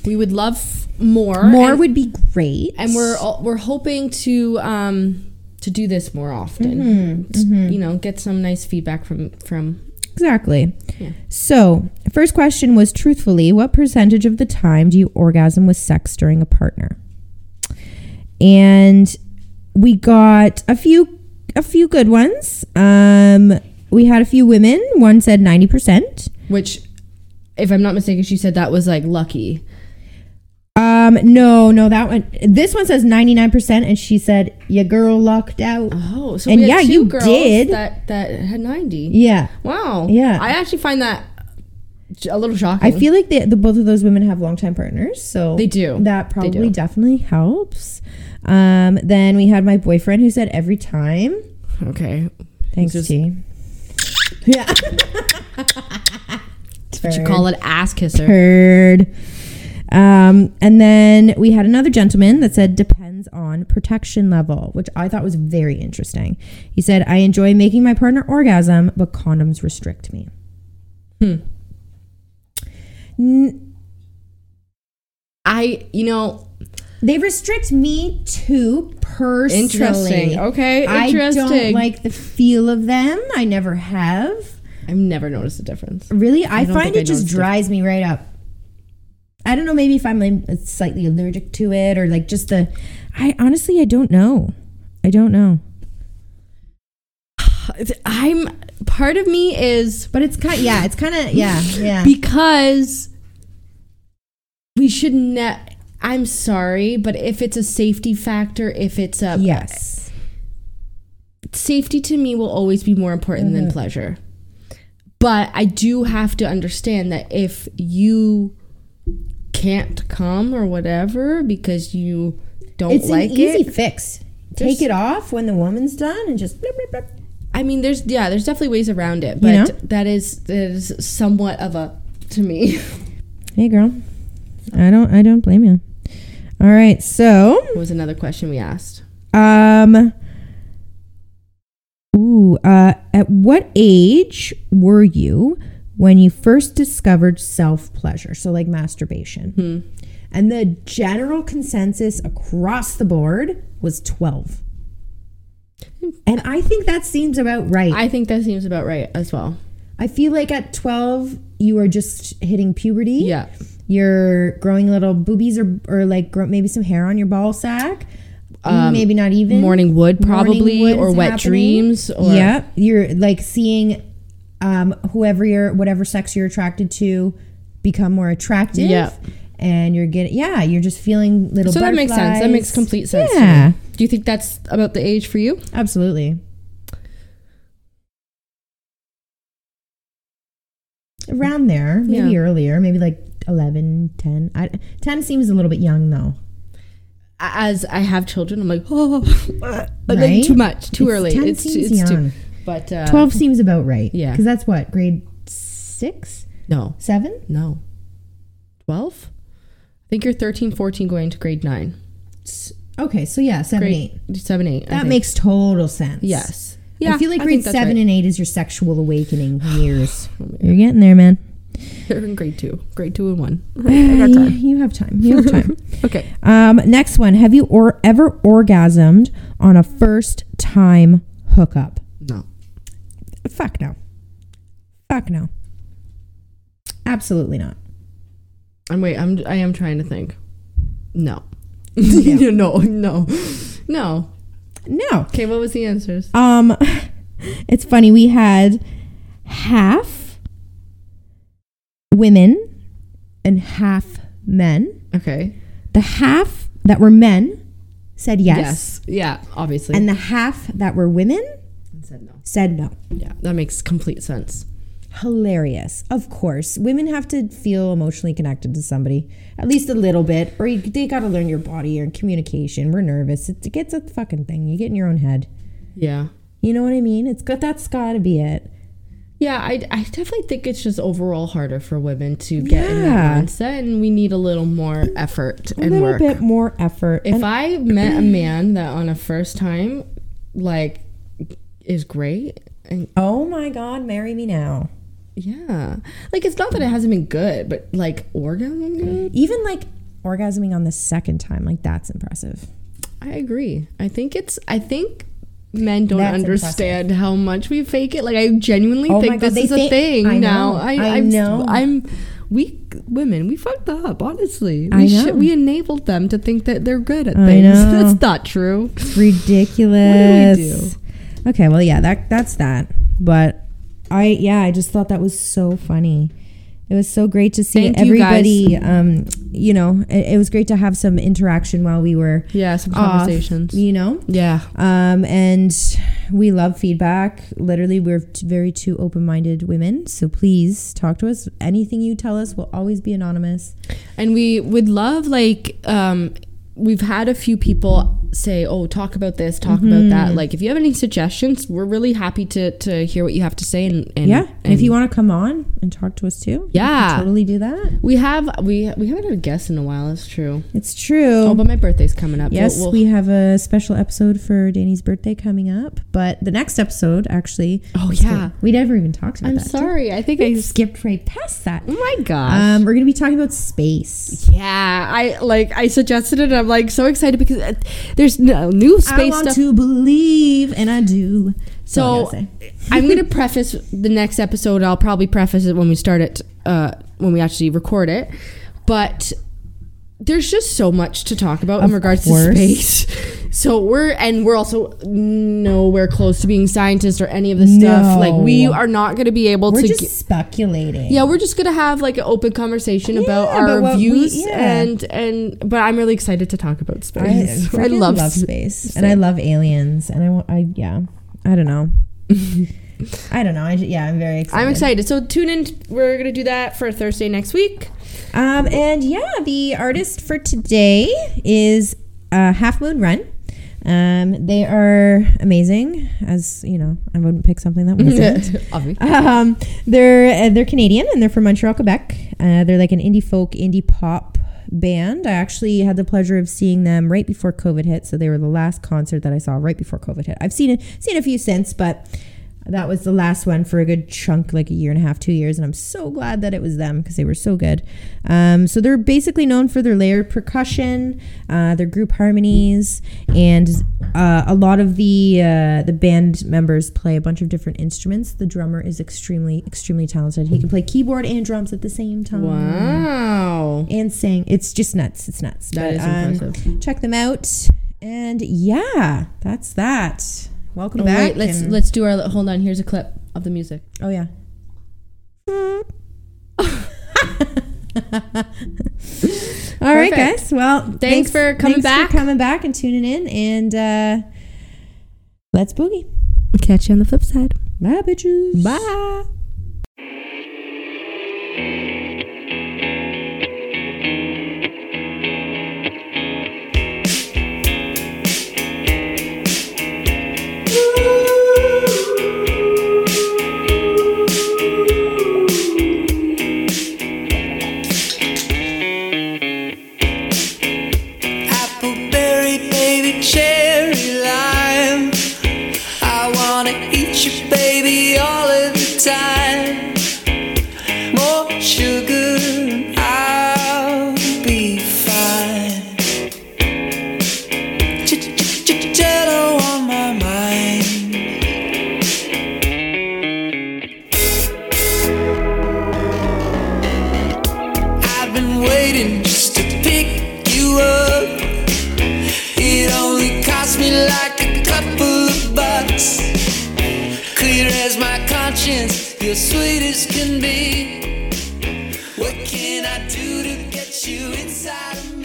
S3: We would love more.
S2: More
S3: and,
S2: would be great.
S3: and we're all, we're hoping to um to do this more often. T- You know, get some nice feedback from from
S2: exactly.
S3: Yeah.
S2: So, first question was truthfully, what percentage of the time do you orgasm with sex during a partner? and we got a few a few good ones. Um, we had a few women. One said ninety percent.
S3: which if I'm not mistaken, she said that was like lucky.
S2: Um, no, no, that one. This one says ninety nine percent, and she said, "Your girl lucked out."
S3: Oh, so
S2: And
S3: we had
S2: yeah,
S3: two
S2: you
S3: girls
S2: did.
S3: that that had 90.
S2: Yeah,
S3: Wow.
S2: Yeah.
S3: I actually find that j- a little
S2: I
S3: shocking.
S2: feel like the, the both of those women have longtime partners, so
S3: They do.
S2: That
S3: Oh, They do.
S2: probably definitely helps. Um, then we had my boyfriend who said every time.
S3: okay.
S2: Thanks,
S3: Just-
S2: T. Yeah.
S3: [laughs] That's what you call it ass kisser.
S2: heard. Um, and then we had another gentleman that said depends on protection level, which I thought was very interesting. He said, I enjoy making my partner orgasm, but condoms restrict me. Hmm.
S3: I, you know,
S2: they restrict me too personally.
S3: interesting. Okay, interesting.
S2: I don't like the feel of them. I never have.
S3: I've never noticed a difference.
S2: Really, I,
S3: I don't
S2: find
S3: think I
S2: it just
S3: noticed it.
S2: dries me right up. I don't know. Maybe if I'm like, slightly allergic to it, or like just the. I honestly, I don't know. I don't know.
S3: I'm part of me is
S2: But it's kind. Yeah, it's kind of. Yeah, yeah.
S3: because we should not. I'm sorry, but if it's a safety factor, if it's a
S2: yes.
S3: safety to me will always be more important
S2: Mm-hmm.
S3: than pleasure. But I do have to understand that if you can't come or whatever because you don't
S2: It's an
S3: like
S2: easy
S3: it,
S2: fix. Take it off when the woman's done, and just. blip, blip, blip.
S3: I mean, there's yeah, there's definitely ways around it, but
S2: know?
S3: that is that is somewhat of a to me [laughs]
S2: Hey, girl. I don't. I don't blame you. All right. So.
S3: was another question we asked.
S2: Um. Ooh. Uh, at what age were you when you first discovered self pleasure? So, like masturbation.
S3: Hmm.
S2: And the general consensus across the board was 12. And I think that seems about right. I,
S3: I think that seems about right as well.
S2: feel like at 12, you are just hitting puberty.
S3: Yeah.
S2: You're growing little boobies or, or like grow, maybe some hair on your ball sack. maybe not even.
S3: Um, Morning wood
S2: Morning
S3: probably
S2: wood's
S3: or wet
S2: happening.
S3: dreams or
S2: yeah you're like seeing um whoever you're whatever sex you're attracted to become more attractive
S3: Yeah.
S2: and you're getting yeah you're just feeling little
S3: So that makes sense. That makes
S2: butterflies.
S3: complete sense. to me.
S2: yeah
S3: Do you think that's about the age for you?
S2: absolutely around there maybe
S3: Yeah.
S2: earlier maybe like 11 10 I, 10 seems a little bit young though
S3: As I have children, I'm like, [laughs] oh, like,
S2: Right?
S3: too much, too
S2: It's-
S3: early.
S2: 10
S3: it's
S2: seems
S3: it's
S2: young.
S3: too. But uh,
S2: 12 seems about right
S3: Yeah.
S2: because that's what grade six
S3: No,
S2: seven
S3: no, twelve. I think you're 13, 14 going to grade nine,
S2: okay so yeah seven eight
S3: grade seven, eight. I
S2: That
S3: think.
S2: makes total sense.
S3: yes.
S2: I feel like grade
S3: think that's
S2: seven
S3: right.
S2: and eight is your sexual [sighs] awakening years. You're getting there, Oh, man.
S3: They're in [laughs] grade two, grade two and one. [laughs]
S2: you, [sighs] you have time. You have time.
S3: Okay,
S2: [laughs] um, next one. Have you or ever orgasmed on a first time hookup?
S3: no,
S2: Fuck no. Fuck no. Absolutely not.
S3: I'm wait. I'm I am trying to think. No, [laughs] no, no, no.
S2: No.
S3: Okay, what was the answers?
S2: Um, [laughs] it's funny. We had half women and half men.
S3: Okay,
S2: the half that were men said yes,
S3: Yeah, obviously.
S2: and the half that were women
S3: And said no.
S2: said no.
S3: Yeah, that makes complete sense.
S2: Hilarious. Of course, women have to feel emotionally connected to somebody, at least a little bit, or you, they got to learn your body or communication. We're nervous. It, it gets a fucking thing. You get in your own head.
S3: Yeah.
S2: You know what I mean? It's got that's got to be it.
S3: Yeah, I, I definitely think it's just overall harder for women to get in
S2: Yeah.
S3: that mindset, and we need a little more effort
S2: A
S3: and
S2: little
S3: work.
S2: bit more effort.
S3: If
S2: and
S3: I met a man that on a first time, like, is great, and
S2: oh my god, marry me now.
S3: yeah, like it's not that it hasn't been good, but like orgasm good.
S2: Even like orgasming on the second time, like that's impressive.
S3: I agree. I think it's. I think men don't
S2: That's
S3: understand how much we fake it. Like I genuinely
S2: Oh my
S3: think
S2: God,
S3: this
S2: they
S3: is a
S2: think-
S3: thing
S2: I
S3: now.
S2: know,
S3: I,
S2: I
S3: I'm,
S2: know.
S3: I'm. We women, we fucked up. Honestly, we
S2: I know.
S3: should- we enabled them to think that they're good at
S2: I
S3: things. [laughs]
S2: know.
S3: That's not true.
S2: Ridiculous. Okay, well yeah, that that's that. But I yeah, I just thought that was so funny. It was so great to see
S3: Thank you, guys.
S2: everybody. Um, you know, it, it was great to have some interaction while we were
S3: Yeah, some
S2: off,
S3: conversations.
S2: you know,
S3: yeah,
S2: Um, and we love feedback. Literally, we're t- very two open minded women. So please talk to us. Anything you tell us will always be anonymous.
S3: and we would love like um we've had a few people say oh talk about this talk about
S2: Mm-hmm.
S3: that like if you have any suggestions we're really happy to to hear what you have to say and, and
S2: yeah. And if
S3: and-
S2: you want to come on and talk to us too,
S3: Yeah.
S2: totally do that.
S3: we have we we haven't had a guest in a while it's true
S2: It's true.
S3: oh but my birthday's coming up
S2: Yes,
S3: We'll- we'll-
S2: we have a special episode for Danny's birthday coming up, but the next episode actually.
S3: Oh,
S2: it's
S3: yeah.
S2: good. we never even talked about
S3: i'm
S2: that.
S3: sorry i think i
S2: we skipped right past that.
S3: oh my gosh
S2: Um, we're gonna be talking about space.
S3: yeah i like i suggested it and i'm like so excited because uh, there's no new
S2: I
S3: space
S2: want
S3: stuff
S2: to believe, and I do. That's all I
S3: So
S2: gotta say.
S3: I'm going to preface the next episode. I'll probably preface it when we start it, uh, when we actually record it. But there's just so much to talk about in regards to
S2: course.
S3: space. [laughs] So we're and we're also nowhere close to being scientists or any of this stuff.
S2: No.
S3: Like we are not going to be able
S2: we're
S3: to.
S2: just
S3: g-
S2: speculating.
S3: yeah, we're just gonna have like an open conversation about
S2: Yeah, about
S3: our
S2: what we-
S3: views
S2: yeah.
S3: and and. But I'm really excited to talk about
S2: I,
S3: space.
S2: [laughs]
S3: I,
S2: freaking
S3: love,
S2: love,
S3: space.
S2: space, and I love aliens, and I want. I yeah, I don't
S3: [laughs]
S2: know. I don't know. I ju- yeah, I'm very excited.
S3: I'm excited. So tune in. We're gonna do that for Thursday next week.
S2: Um, and yeah, the artist for today is uh, Half Moon Run. Um, they are amazing. As you know, I wouldn't pick something that
S3: [laughs]
S2: wasn't.
S3: Obviously.
S2: Um, they're uh, they're Canadian and they're from Montreal, Quebec. Uh, they're like an indie folk, indie pop band. I actually had the pleasure of seeing them right before COVID hit, so they were the last concert that I saw right before COVID hit. I've seen it, seen a few since, but that was the last one for a good chunk, like a year and a half, two years, and I'm so glad that it was them because they were so good. Um, so they're basically known for their layered percussion, uh, their group harmonies, and uh, a lot of the uh, the band members play a bunch of different instruments. The drummer is extremely extremely talented. He can play keyboard and drums at the same time.
S3: Wow.
S2: And sing. It's just nuts. It's nuts.
S3: That
S2: But,
S3: is
S2: um,
S3: impressive.
S2: check them out. And yeah, that's that. Welcome
S3: All
S2: back.
S3: right, Oh, let's
S2: and-
S3: let's do our hold on, here's a clip of the music.
S2: oh yeah. All right,
S3: Perfect.
S2: guys. Well,
S3: Thanks for coming back.
S2: for coming back and tuning in, and uh, let's boogie.
S3: Catch you on the flip side.
S2: Bye, bitches. Bye.
S1: Appleberry, baby, cherry lime. I wanna eat you, baby, all of the time. More sugar, and I'll be fine. Ch-ch-ch-jello on my mind. I've been waiting just to pick you up. It only cost me like a couple of bucks. Clear as my conscience, you're sweet as can be. What can I do to get you inside of me?